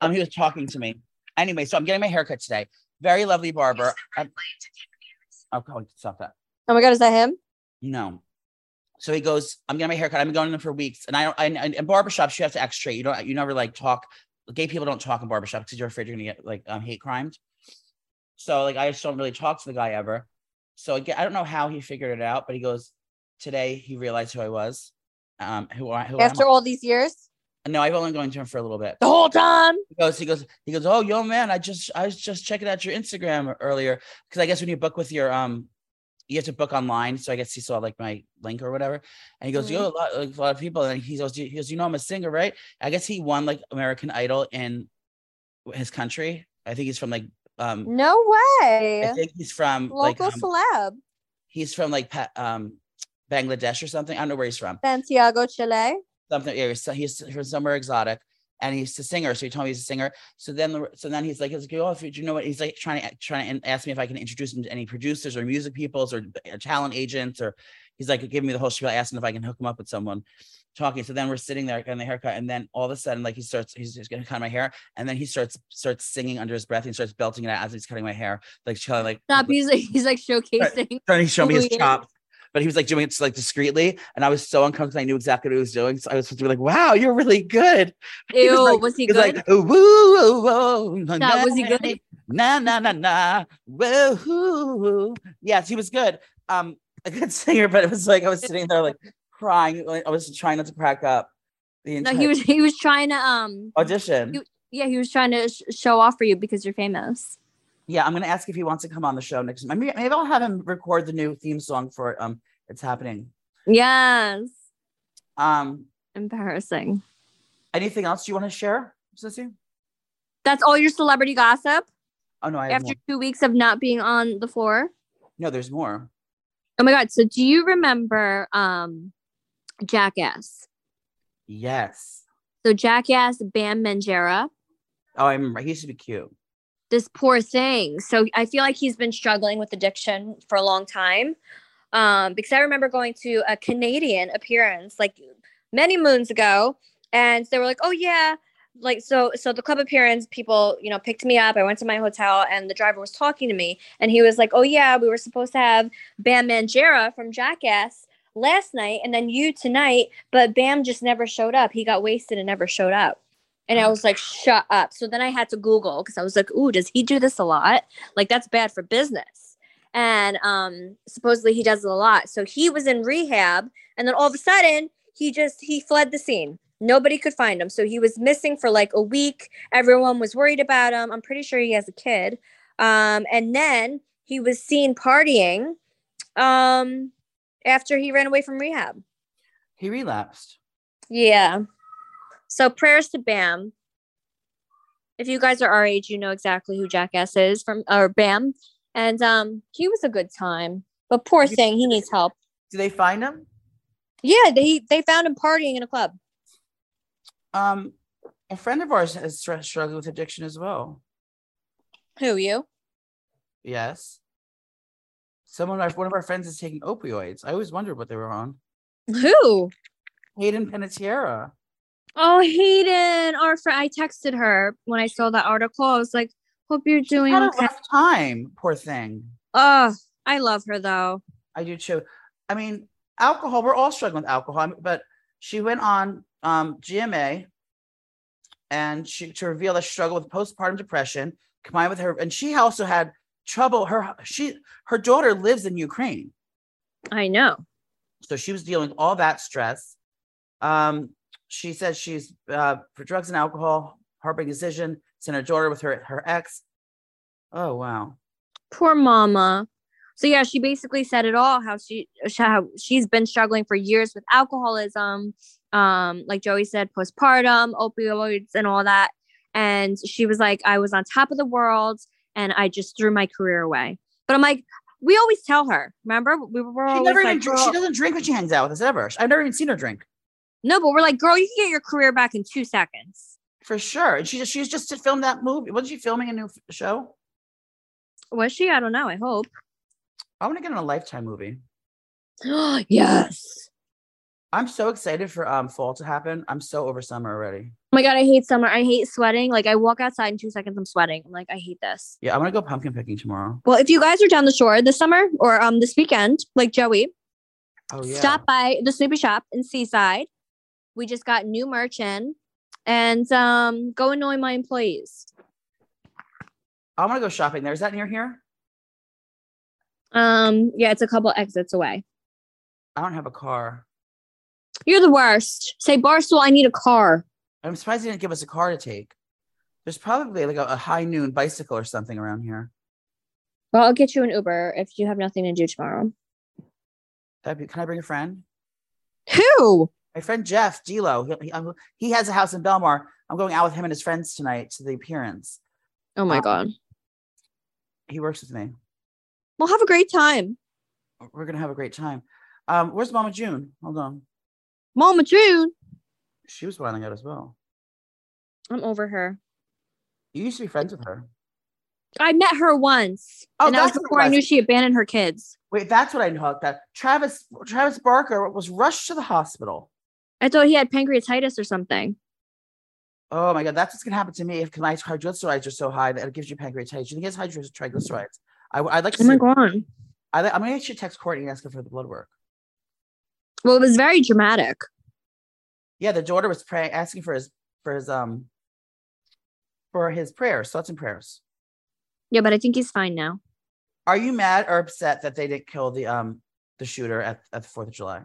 Speaker 2: um he was talking to me anyway so i'm getting my haircut today very lovely barber i'm, I'm going to stop that
Speaker 3: Oh my god, is that him?
Speaker 2: No. So he goes, I'm getting my haircut. I've been going in for weeks. And I don't and, and in barbershops, you have to act straight. You don't you never like talk. Gay people don't talk in barbershops because you're afraid you're gonna get like um hate crimed. So like I just don't really talk to the guy ever. So again, I don't know how he figured it out, but he goes, Today he realized who I was. Um who I who
Speaker 3: After
Speaker 2: am
Speaker 3: all these years?
Speaker 2: I? No, I've only been going to him for a little bit.
Speaker 3: The whole time.
Speaker 2: He goes, he goes, he goes, Oh yo man, I just I was just checking out your Instagram earlier. Cause I guess when you book with your um you have to book online. So I guess he saw like my link or whatever. And he goes,
Speaker 3: Mhm.
Speaker 2: Yo, a lot like, a lot of people. And he goes, "You- he goes, you know I'm a singer, right? I guess he won like American Idol in his country. I think he's from like um
Speaker 3: No way.
Speaker 2: I think he's from like
Speaker 3: Local
Speaker 2: um,
Speaker 3: celeb.
Speaker 2: he's from like Pa- um Bangladesh or something. I don't know where he's from.
Speaker 3: Santiago, Chile.
Speaker 2: something. Yeah, he's, he's from somewhere exotic, and he's a singer. So he told me he's a singer. So then, the- so then he's like, he's like, oh, if you, do you know what? He's like trying to trying to ask me if I can introduce him to any producers or music peoples or, or talent agents or. He's like giving me the whole spiel, asking if I can hook him up with someone, talking. So then we're sitting there getting the haircut, and then all of a sudden, like he starts, he's, he's gonna cut my hair, and then he starts starts singing under his breath. And he starts belting it out as he's cutting my hair, like trying like
Speaker 4: Stop. He's like, he's like showcasing.
Speaker 2: trying to show me his
Speaker 4: Weird.
Speaker 2: chops. But he was like doing it just, like discreetly, and I was so uncomfortable. I knew exactly what he was doing, so I was supposed to be like, "Wow, you're really good." He
Speaker 4: Ew,
Speaker 2: was
Speaker 4: was
Speaker 2: like-
Speaker 4: he,
Speaker 2: He's
Speaker 4: good?
Speaker 2: like, "Ooh, woo, woo, woo, na,
Speaker 4: Stop,
Speaker 2: na,
Speaker 4: was he good?
Speaker 2: Na na na na, woo." Yes, he was good. Um, a good singer, but it was like I was sitting there like crying. Like, I was trying not to crack up. The
Speaker 4: No,
Speaker 2: entire
Speaker 4: he was he was trying to um
Speaker 2: audition.
Speaker 4: he- yeah he was trying to sh- show off for you because you're famous.
Speaker 2: yeah, I'm gonna ask if he wants to come on the show next. Maybe maybe I'll have him record the new theme song for um, it's happening.
Speaker 4: Yes,
Speaker 2: Um,
Speaker 4: embarrassing.
Speaker 2: Anything else you want to share, Sissy?
Speaker 4: That's all your celebrity gossip
Speaker 2: Oh no, I have
Speaker 4: after
Speaker 2: more.
Speaker 4: two weeks of not being on the floor.
Speaker 2: no. There's more.
Speaker 4: Oh my god! So do you remember um Jackass?
Speaker 2: Yes.
Speaker 4: So Jackass Bam Manjera,
Speaker 2: Oh, I remember. He used to be cute.
Speaker 4: this poor thing. So I feel like he's been struggling with addiction for a long time. Um, because I remember going to a Canadian appearance, like
Speaker 3: many moons ago, and they were like, "Oh yeah." Like so, so the club appearance people, you know, picked me up. I went to my hotel, and the driver was talking to me, and he was like, "Oh yeah, we were supposed to have Bam Manjera from Jackass last night, and then you tonight, but Bam just never showed up. He got wasted and never showed up." And I was like, shut up. So then I had to Google because I was like, ooh, does he do this a lot? Like, that's bad for business. And um, supposedly he does it a lot. So he was in rehab. And then all of a sudden, he just he fled the scene. Nobody could find him. So he was missing for like a week. Everyone was worried about him. I'm pretty sure he has a kid. Um, and then he was seen partying um, after he ran away from rehab.
Speaker 2: He relapsed.
Speaker 3: Yeah. So prayers to Bam. If you guys are our age, you know exactly who Jackass is from or Bam. And um he was a good time. But poor thing, he needs help.
Speaker 5: Do they find him?
Speaker 3: Yeah, they they found him partying in a club.
Speaker 2: Um, a friend of ours has str- struggled with addiction as well.
Speaker 3: Who you?
Speaker 2: Yes. Someone, our, one of our friends is taking opioids. I always wondered what they were on.
Speaker 3: Who?
Speaker 2: Hayden Penitiera.
Speaker 4: Oh, Hayden, our friend. I texted her when I saw that article. I was like, "Hope you're doing
Speaker 2: Had a
Speaker 4: okay."
Speaker 2: rough time, poor thing.
Speaker 4: Oh, I love her though.
Speaker 2: I do too. I mean, alcohol, we're all struggling with alcohol, I mean, but she went on um, GMA and she to reveal that she struggled with postpartum depression combined with her and she also had trouble her she her daughter lives in Ukraine.
Speaker 3: I know.
Speaker 2: So she was dealing with all that stress. Um, she says she's uh, for drugs and alcohol, heartbreaking decision, sent her daughter with her her ex. Oh wow.
Speaker 3: poor mama so yeah she basically said it all how she sh- how she's been struggling for years with alcoholism um like joey said postpartum opioids and all that and she was like i was on top of the world and i just threw my career away but i'm like we always tell her remember we were
Speaker 2: She
Speaker 3: always
Speaker 2: never even
Speaker 3: like,
Speaker 2: dr- she
Speaker 3: "Girl-"
Speaker 2: doesn't drink when she hangs out with us ever. I've never even seen her drink.
Speaker 3: no but we're like girl you can get your career back in two seconds
Speaker 2: For sure. And she just she's just to film that movie. Wasn't she filming a new f- show?
Speaker 3: was she i don't know i hope
Speaker 2: I want to get in a lifetime movie.
Speaker 3: yes
Speaker 2: I'm so excited for um fall to happen. I'm so over summer already.
Speaker 3: oh my god i hate summer i hate sweating like i walk outside in two seconds i'm sweating i'm like i hate this
Speaker 2: Yeah, I want to go pumpkin picking tomorrow.
Speaker 3: Well, if you guys are down the shore this summer or um this weekend, like Joey,
Speaker 2: Oh yeah.
Speaker 3: stop by the Snoopy Shop in Seaside. We just got new merch in, and um, go annoy my employees.
Speaker 2: I want to go shopping there. Is that near here?
Speaker 3: Um, yeah, it's a couple exits away.
Speaker 2: I don't have a car.
Speaker 3: You're the worst. Say Barstool, I need a car.
Speaker 2: I'm surprised they didn't give us a car to take. There's probably like a, a high noon bicycle or something around here.
Speaker 3: Well, I'll get you an Uber if you have nothing to do tomorrow.
Speaker 2: That'd be, can I bring a friend?
Speaker 3: Who?
Speaker 2: My friend Jeff Delo. He, he, I'm- he has a house in Belmar. I'm going out with him and his friends tonight to the appearance.
Speaker 3: Oh my god.
Speaker 2: He works with me.
Speaker 3: Well, have a great time,
Speaker 2: We're gonna have a great time. Um, where's Mama June? Hold on.
Speaker 3: Mama June.
Speaker 2: She was wilding out as well.
Speaker 3: I'm over her.
Speaker 2: You used to be friends with her.
Speaker 3: I met her once.
Speaker 2: Oh,
Speaker 3: and that was
Speaker 2: that's what it
Speaker 3: before I
Speaker 2: was.
Speaker 3: knew she abandoned her kids.
Speaker 2: Wait, that's what I know about that. Travis Travis Barker was rushed to the hospital.
Speaker 3: I thought he had pancreatitis or something.
Speaker 2: Oh my god, that's what's gonna happen to me if my triglycerides are so high that it gives you pancreatitis. You think it's high tri- triglycerides? I, would like to.
Speaker 3: Oh my
Speaker 2: see-
Speaker 3: god.
Speaker 2: I, li- I'm gonna actually text Courtney and ask her for the blood work.
Speaker 3: Well, it was very dramatic.
Speaker 2: Yeah, the daughter was praying, asking for his for his um for his prayers, thoughts and prayers.
Speaker 3: Yeah, but I think he's fine now.
Speaker 2: Are you mad or upset that they didn't kill the um the shooter at, at the Fourth of July?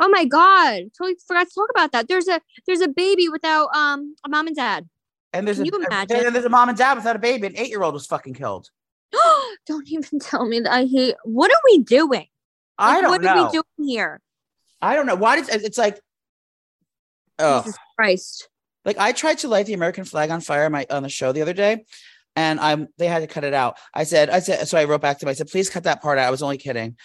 Speaker 3: Oh my god. Totally forgot to talk about that. There's a there's a baby without um a mom and dad.
Speaker 2: And there's
Speaker 3: Can
Speaker 2: a,
Speaker 3: you
Speaker 2: and
Speaker 3: imagine?
Speaker 2: then there's a mom and dad without a baby. An eight year old was fucking killed.
Speaker 3: don't even tell me that I hate what are we doing?
Speaker 2: I
Speaker 3: Like,
Speaker 2: don't
Speaker 3: what
Speaker 2: know.
Speaker 3: are we doing here?
Speaker 2: I don't know why does it's like. Oh,
Speaker 3: Jesus Christ.
Speaker 2: like I tried to light the American flag on fire on my on the show the other day, and I'm they had to cut it out. I said I said so. I wrote back to them. I said please cut that part out. I was only kidding.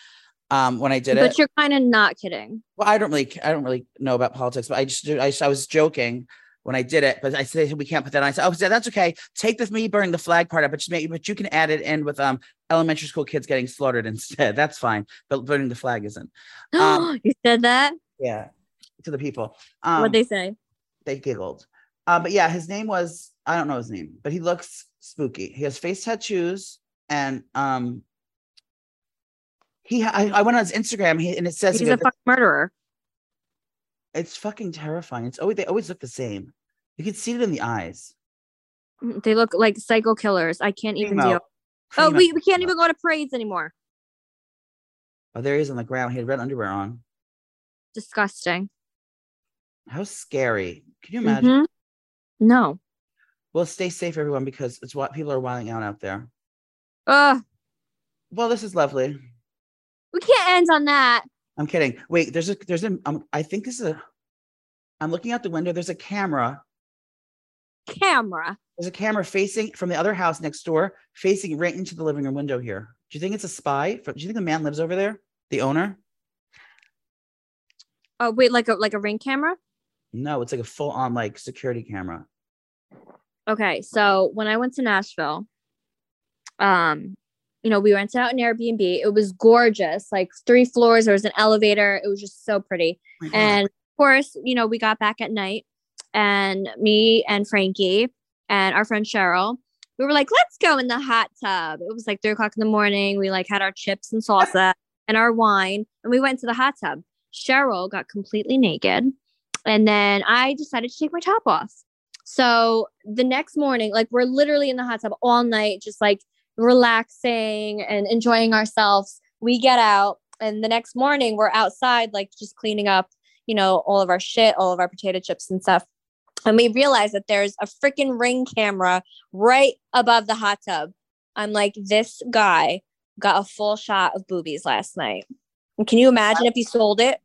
Speaker 2: Um, when I did it,
Speaker 3: But you're kind of not kidding.
Speaker 2: well, I don't really, I don't really know about politics, but I just, I, just- I was joking when I did it, but I said we can't put that on. I said, oh, I said, that's okay. Take the me burning the flag part out, but just make, but you can add it in with um elementary school kids getting slaughtered instead. That's fine, but burning the flag isn't. Um,
Speaker 3: you said that?
Speaker 2: Yeah, to the people. Um,
Speaker 3: what they say.
Speaker 2: they giggled. Uh, but yeah, his name was I don't know his name, but he looks spooky. He has face tattoos and um he ha- I, I went on his Instagram he, and it says
Speaker 3: He's a fucking murderer.
Speaker 2: it's fucking terrifying. It's always they always look the same. You can see it in the eyes.
Speaker 3: Mm, They look like psycho killers. I can't even
Speaker 2: Primo.
Speaker 3: deal. Oh,
Speaker 2: Primo.
Speaker 3: we, we can't even go to parades anymore.
Speaker 2: Oh, there he is on the ground. He had red underwear on.
Speaker 3: Disgusting.
Speaker 2: How scary. Can you imagine?
Speaker 3: Mhm. No.
Speaker 2: Well, stay safe, everyone, because it's what people are wilding out out there.
Speaker 3: Ugh.
Speaker 2: Well, this is lovely.
Speaker 3: We can't end on that.
Speaker 2: I'm kidding. Wait, there's a there's a um, I think this is a I'm looking out the window. There's a camera.
Speaker 3: Camera.
Speaker 2: There's a camera facing from the other house next door, facing right into the living room window here. Do you think it's a spy? Do you think the man lives over there? The owner?
Speaker 3: Oh wait, like a like a ring camera?
Speaker 2: No, it's like a full on like security camera. Oh
Speaker 3: Okay, so when I went to Nashville, um, you know, we rented out an Airbnb. It was gorgeous, like three floors. There was an elevator. It was just so pretty. And of course, you know, we got back at night, and me and Frankie and our friend Cheryl, we were like, "Let's go in the hot tub." It was like three o'clock in the morning. We like had our chips and salsa and our wine, and we went to the hot tub. Cheryl got completely naked, and then I decided to take my top off. So the next morning, like we're literally in the hot tub all night, just like relaxing and enjoying ourselves. We get out, and the next morning, we're outside, like just cleaning up, you know, all of our shit, all of our potato chips and stuff. And we realize that there's a freaking ring camera right above the hot tub. I'm like, this guy got a full shot of boobies last night. And can you imagine if he sold it?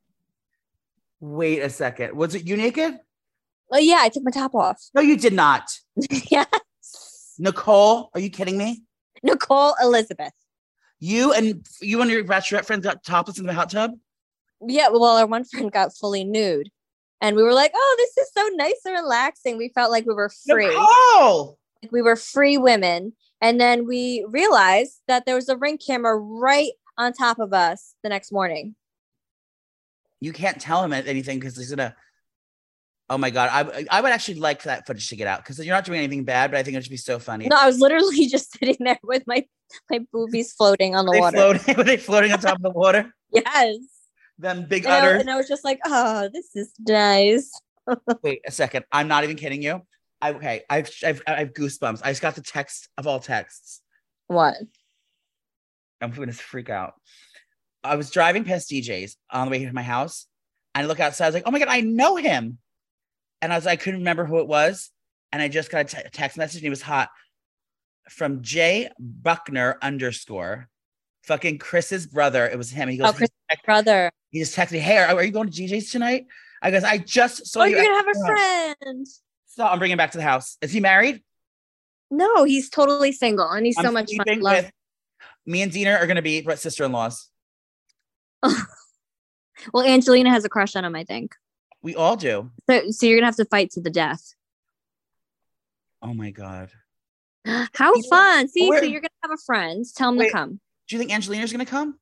Speaker 2: Wait a second. Was it you naked?
Speaker 3: Oh, yeah, I took my top off.
Speaker 2: No, you did not.
Speaker 3: yeah.
Speaker 2: Nicole, are you kidding me?
Speaker 3: Nicole Elizabeth.
Speaker 2: You and you and your bachelorette friend got topless in the hot tub?
Speaker 3: yeah well our one friend got fully nude and we were like oh this is so nice and relaxing we felt like we were free
Speaker 2: Nicole!
Speaker 3: like we were free women and then we realized that there was a ring camera right on top of us the next morning
Speaker 2: You can't tell him anything because he's gonna. Oh my god, I I would actually like for that footage to get out because you're not doing anything bad, but I think it would just be so funny.
Speaker 3: no i was literally just sitting there with my my boobies floating on the
Speaker 2: Were they
Speaker 3: water
Speaker 2: floating, were they floating on top of the water?
Speaker 3: yes
Speaker 2: Them big
Speaker 3: and I,
Speaker 2: udder.
Speaker 3: and I was just like oh this is nice
Speaker 2: Wait a second. I'm not even kidding you. I, okay, I've, I've I've goosebumps. I just got the text of all texts.
Speaker 3: what
Speaker 2: I'm gonna freak out. I was driving past DJ's on the way to my house, and I look outside. I was like, "Oh my god, I know him!" And I was, I couldn't remember who it was, and I just got a te- text message, and he was hot from Jay Buckner underscore, fucking Chris's brother. It was him. He goes,
Speaker 3: oh chris brother
Speaker 2: he just texted me, "Hey, are, are you going to DJ's tonight?" I goes, "I just saw
Speaker 3: oh
Speaker 2: you."
Speaker 3: you're
Speaker 2: at
Speaker 3: gonna have a
Speaker 2: the house."
Speaker 3: friend
Speaker 2: So I'm bringing him back to the house. Is he married?
Speaker 3: no he's totally single and he's so
Speaker 2: I'm
Speaker 3: much fun
Speaker 2: sleeping
Speaker 3: love
Speaker 2: with- me and Dina are gonna be sister-in-laws.
Speaker 3: well angelina has a crush on him i think
Speaker 2: We all do.
Speaker 3: So, so you're gonna have to fight to the death.
Speaker 2: Oh my god.
Speaker 3: How
Speaker 2: You know,
Speaker 3: fun! See, so
Speaker 2: we're-
Speaker 3: you're gonna have a friend. Tell him
Speaker 2: Wait.
Speaker 3: to come.
Speaker 2: Do you think Angelina's gonna come?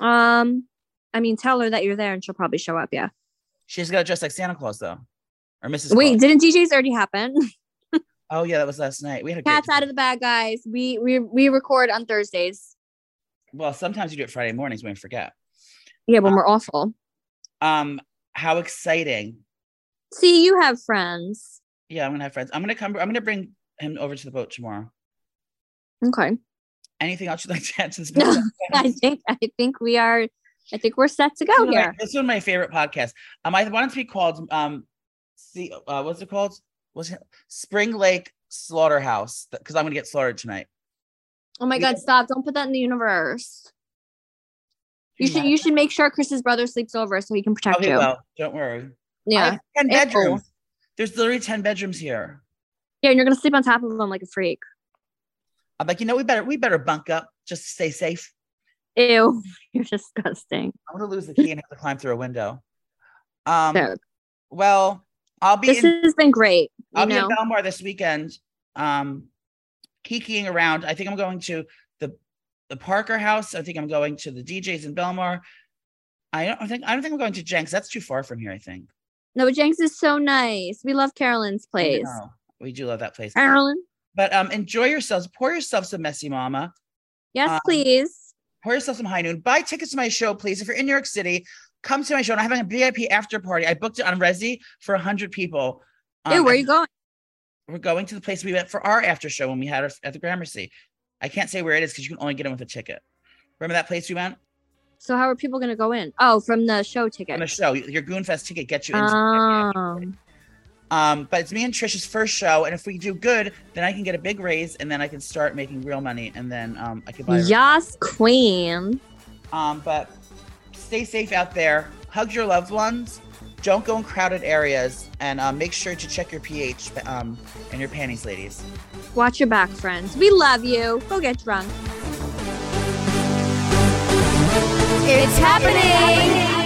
Speaker 3: Um, I mean, tell her that you're there, and she'll probably show up. Yeah.
Speaker 2: She's got to dress like Santa Claus though, or Mrs.
Speaker 3: Wait,
Speaker 2: Claus.
Speaker 3: didn't DJs already happen?
Speaker 2: oh yeah, that was last night. We had a great
Speaker 3: Cats out of the bag, guys. We we we record on Thursdays.
Speaker 2: Well, sometimes you do it Friday mornings when we forget.
Speaker 3: Yeah, when we're awful.
Speaker 2: Um, how exciting!
Speaker 3: See, you have friends.
Speaker 2: Yeah, I'm gonna have friends. I'm gonna come. I'm gonna bring him over to the boat tomorrow.
Speaker 3: Okay.
Speaker 2: Anything else you'd like to add to this?
Speaker 3: No,
Speaker 2: podcast?
Speaker 3: I think I think we are. I think we're set to
Speaker 2: This
Speaker 3: go
Speaker 2: is my-
Speaker 3: here.
Speaker 2: This is my favorite podcast. Um, I wanted to be called um, see, uh, what's it called? What's it? Spring Lake Slaughterhouse? Because I'm gonna get slaughtered tonight.
Speaker 3: Oh my God! Stop! Don't put that in the universe. You should you should make sure Chris's brother sleeps over so he can protect
Speaker 2: Mm-hmm. Okay,
Speaker 3: you.
Speaker 2: well, don't worry. I
Speaker 3: yeah.
Speaker 2: have ten
Speaker 3: Ew.
Speaker 2: bedrooms. There's literally ten bedrooms here.
Speaker 3: Yeah, and you're gonna sleep on top of him like a freak.
Speaker 2: I'm like, you know, we better we better bunk up just to stay safe.
Speaker 3: Ew, you're disgusting.
Speaker 2: I'm gonna lose the key and have to climb through a window. Um,
Speaker 3: So,
Speaker 2: well, I'll be
Speaker 3: this
Speaker 2: in,
Speaker 3: has been great. You
Speaker 2: I'll be
Speaker 3: know,
Speaker 2: in Belmar this weekend. Um, kikiing around. I think I'm going to the the Parker House. I think I'm going to the DJs in Belmar. I don't I think I don't think I'm going to Jenks. That's too far from here. I think.
Speaker 3: No, but Jenks is so nice. We love Carolyn's
Speaker 2: I
Speaker 3: place.
Speaker 2: know. We do love that place.
Speaker 3: Carolyn,
Speaker 2: But um, enjoy yourselves. Pour yourself some messy mama.
Speaker 3: yes,
Speaker 2: Um,
Speaker 3: please.
Speaker 2: Pour yourself some high noon. Buy tickets to my show, please. If you're in New York City, come to my show. And I'm having a VIP after party. I booked it on Resi for hundred people.
Speaker 3: Ew, where
Speaker 2: and
Speaker 3: are you going?
Speaker 2: We're going to the place we went for our after show when we had it at the Gramercy. I can't say where it is because you can only get in with a ticket. Remember that place we went?
Speaker 3: So how are people going to go in? Oh, from the show
Speaker 2: on the
Speaker 3: ticket.
Speaker 2: show. Your Goonfest ticket gets you into
Speaker 3: Um,
Speaker 2: um, but it's me and Trish's first show, and if we do good, then I can get a big raise, and then I can start making real money, and then um, I can buy. a-
Speaker 3: yes, queen.
Speaker 2: Um, but stay safe out there. Hug your loved ones. Don't go in crowded areas, and um, make sure to check your pH um, and your panties, ladies.
Speaker 3: Watch your back, friends. We love you. Go get drunk.
Speaker 1: It's happening.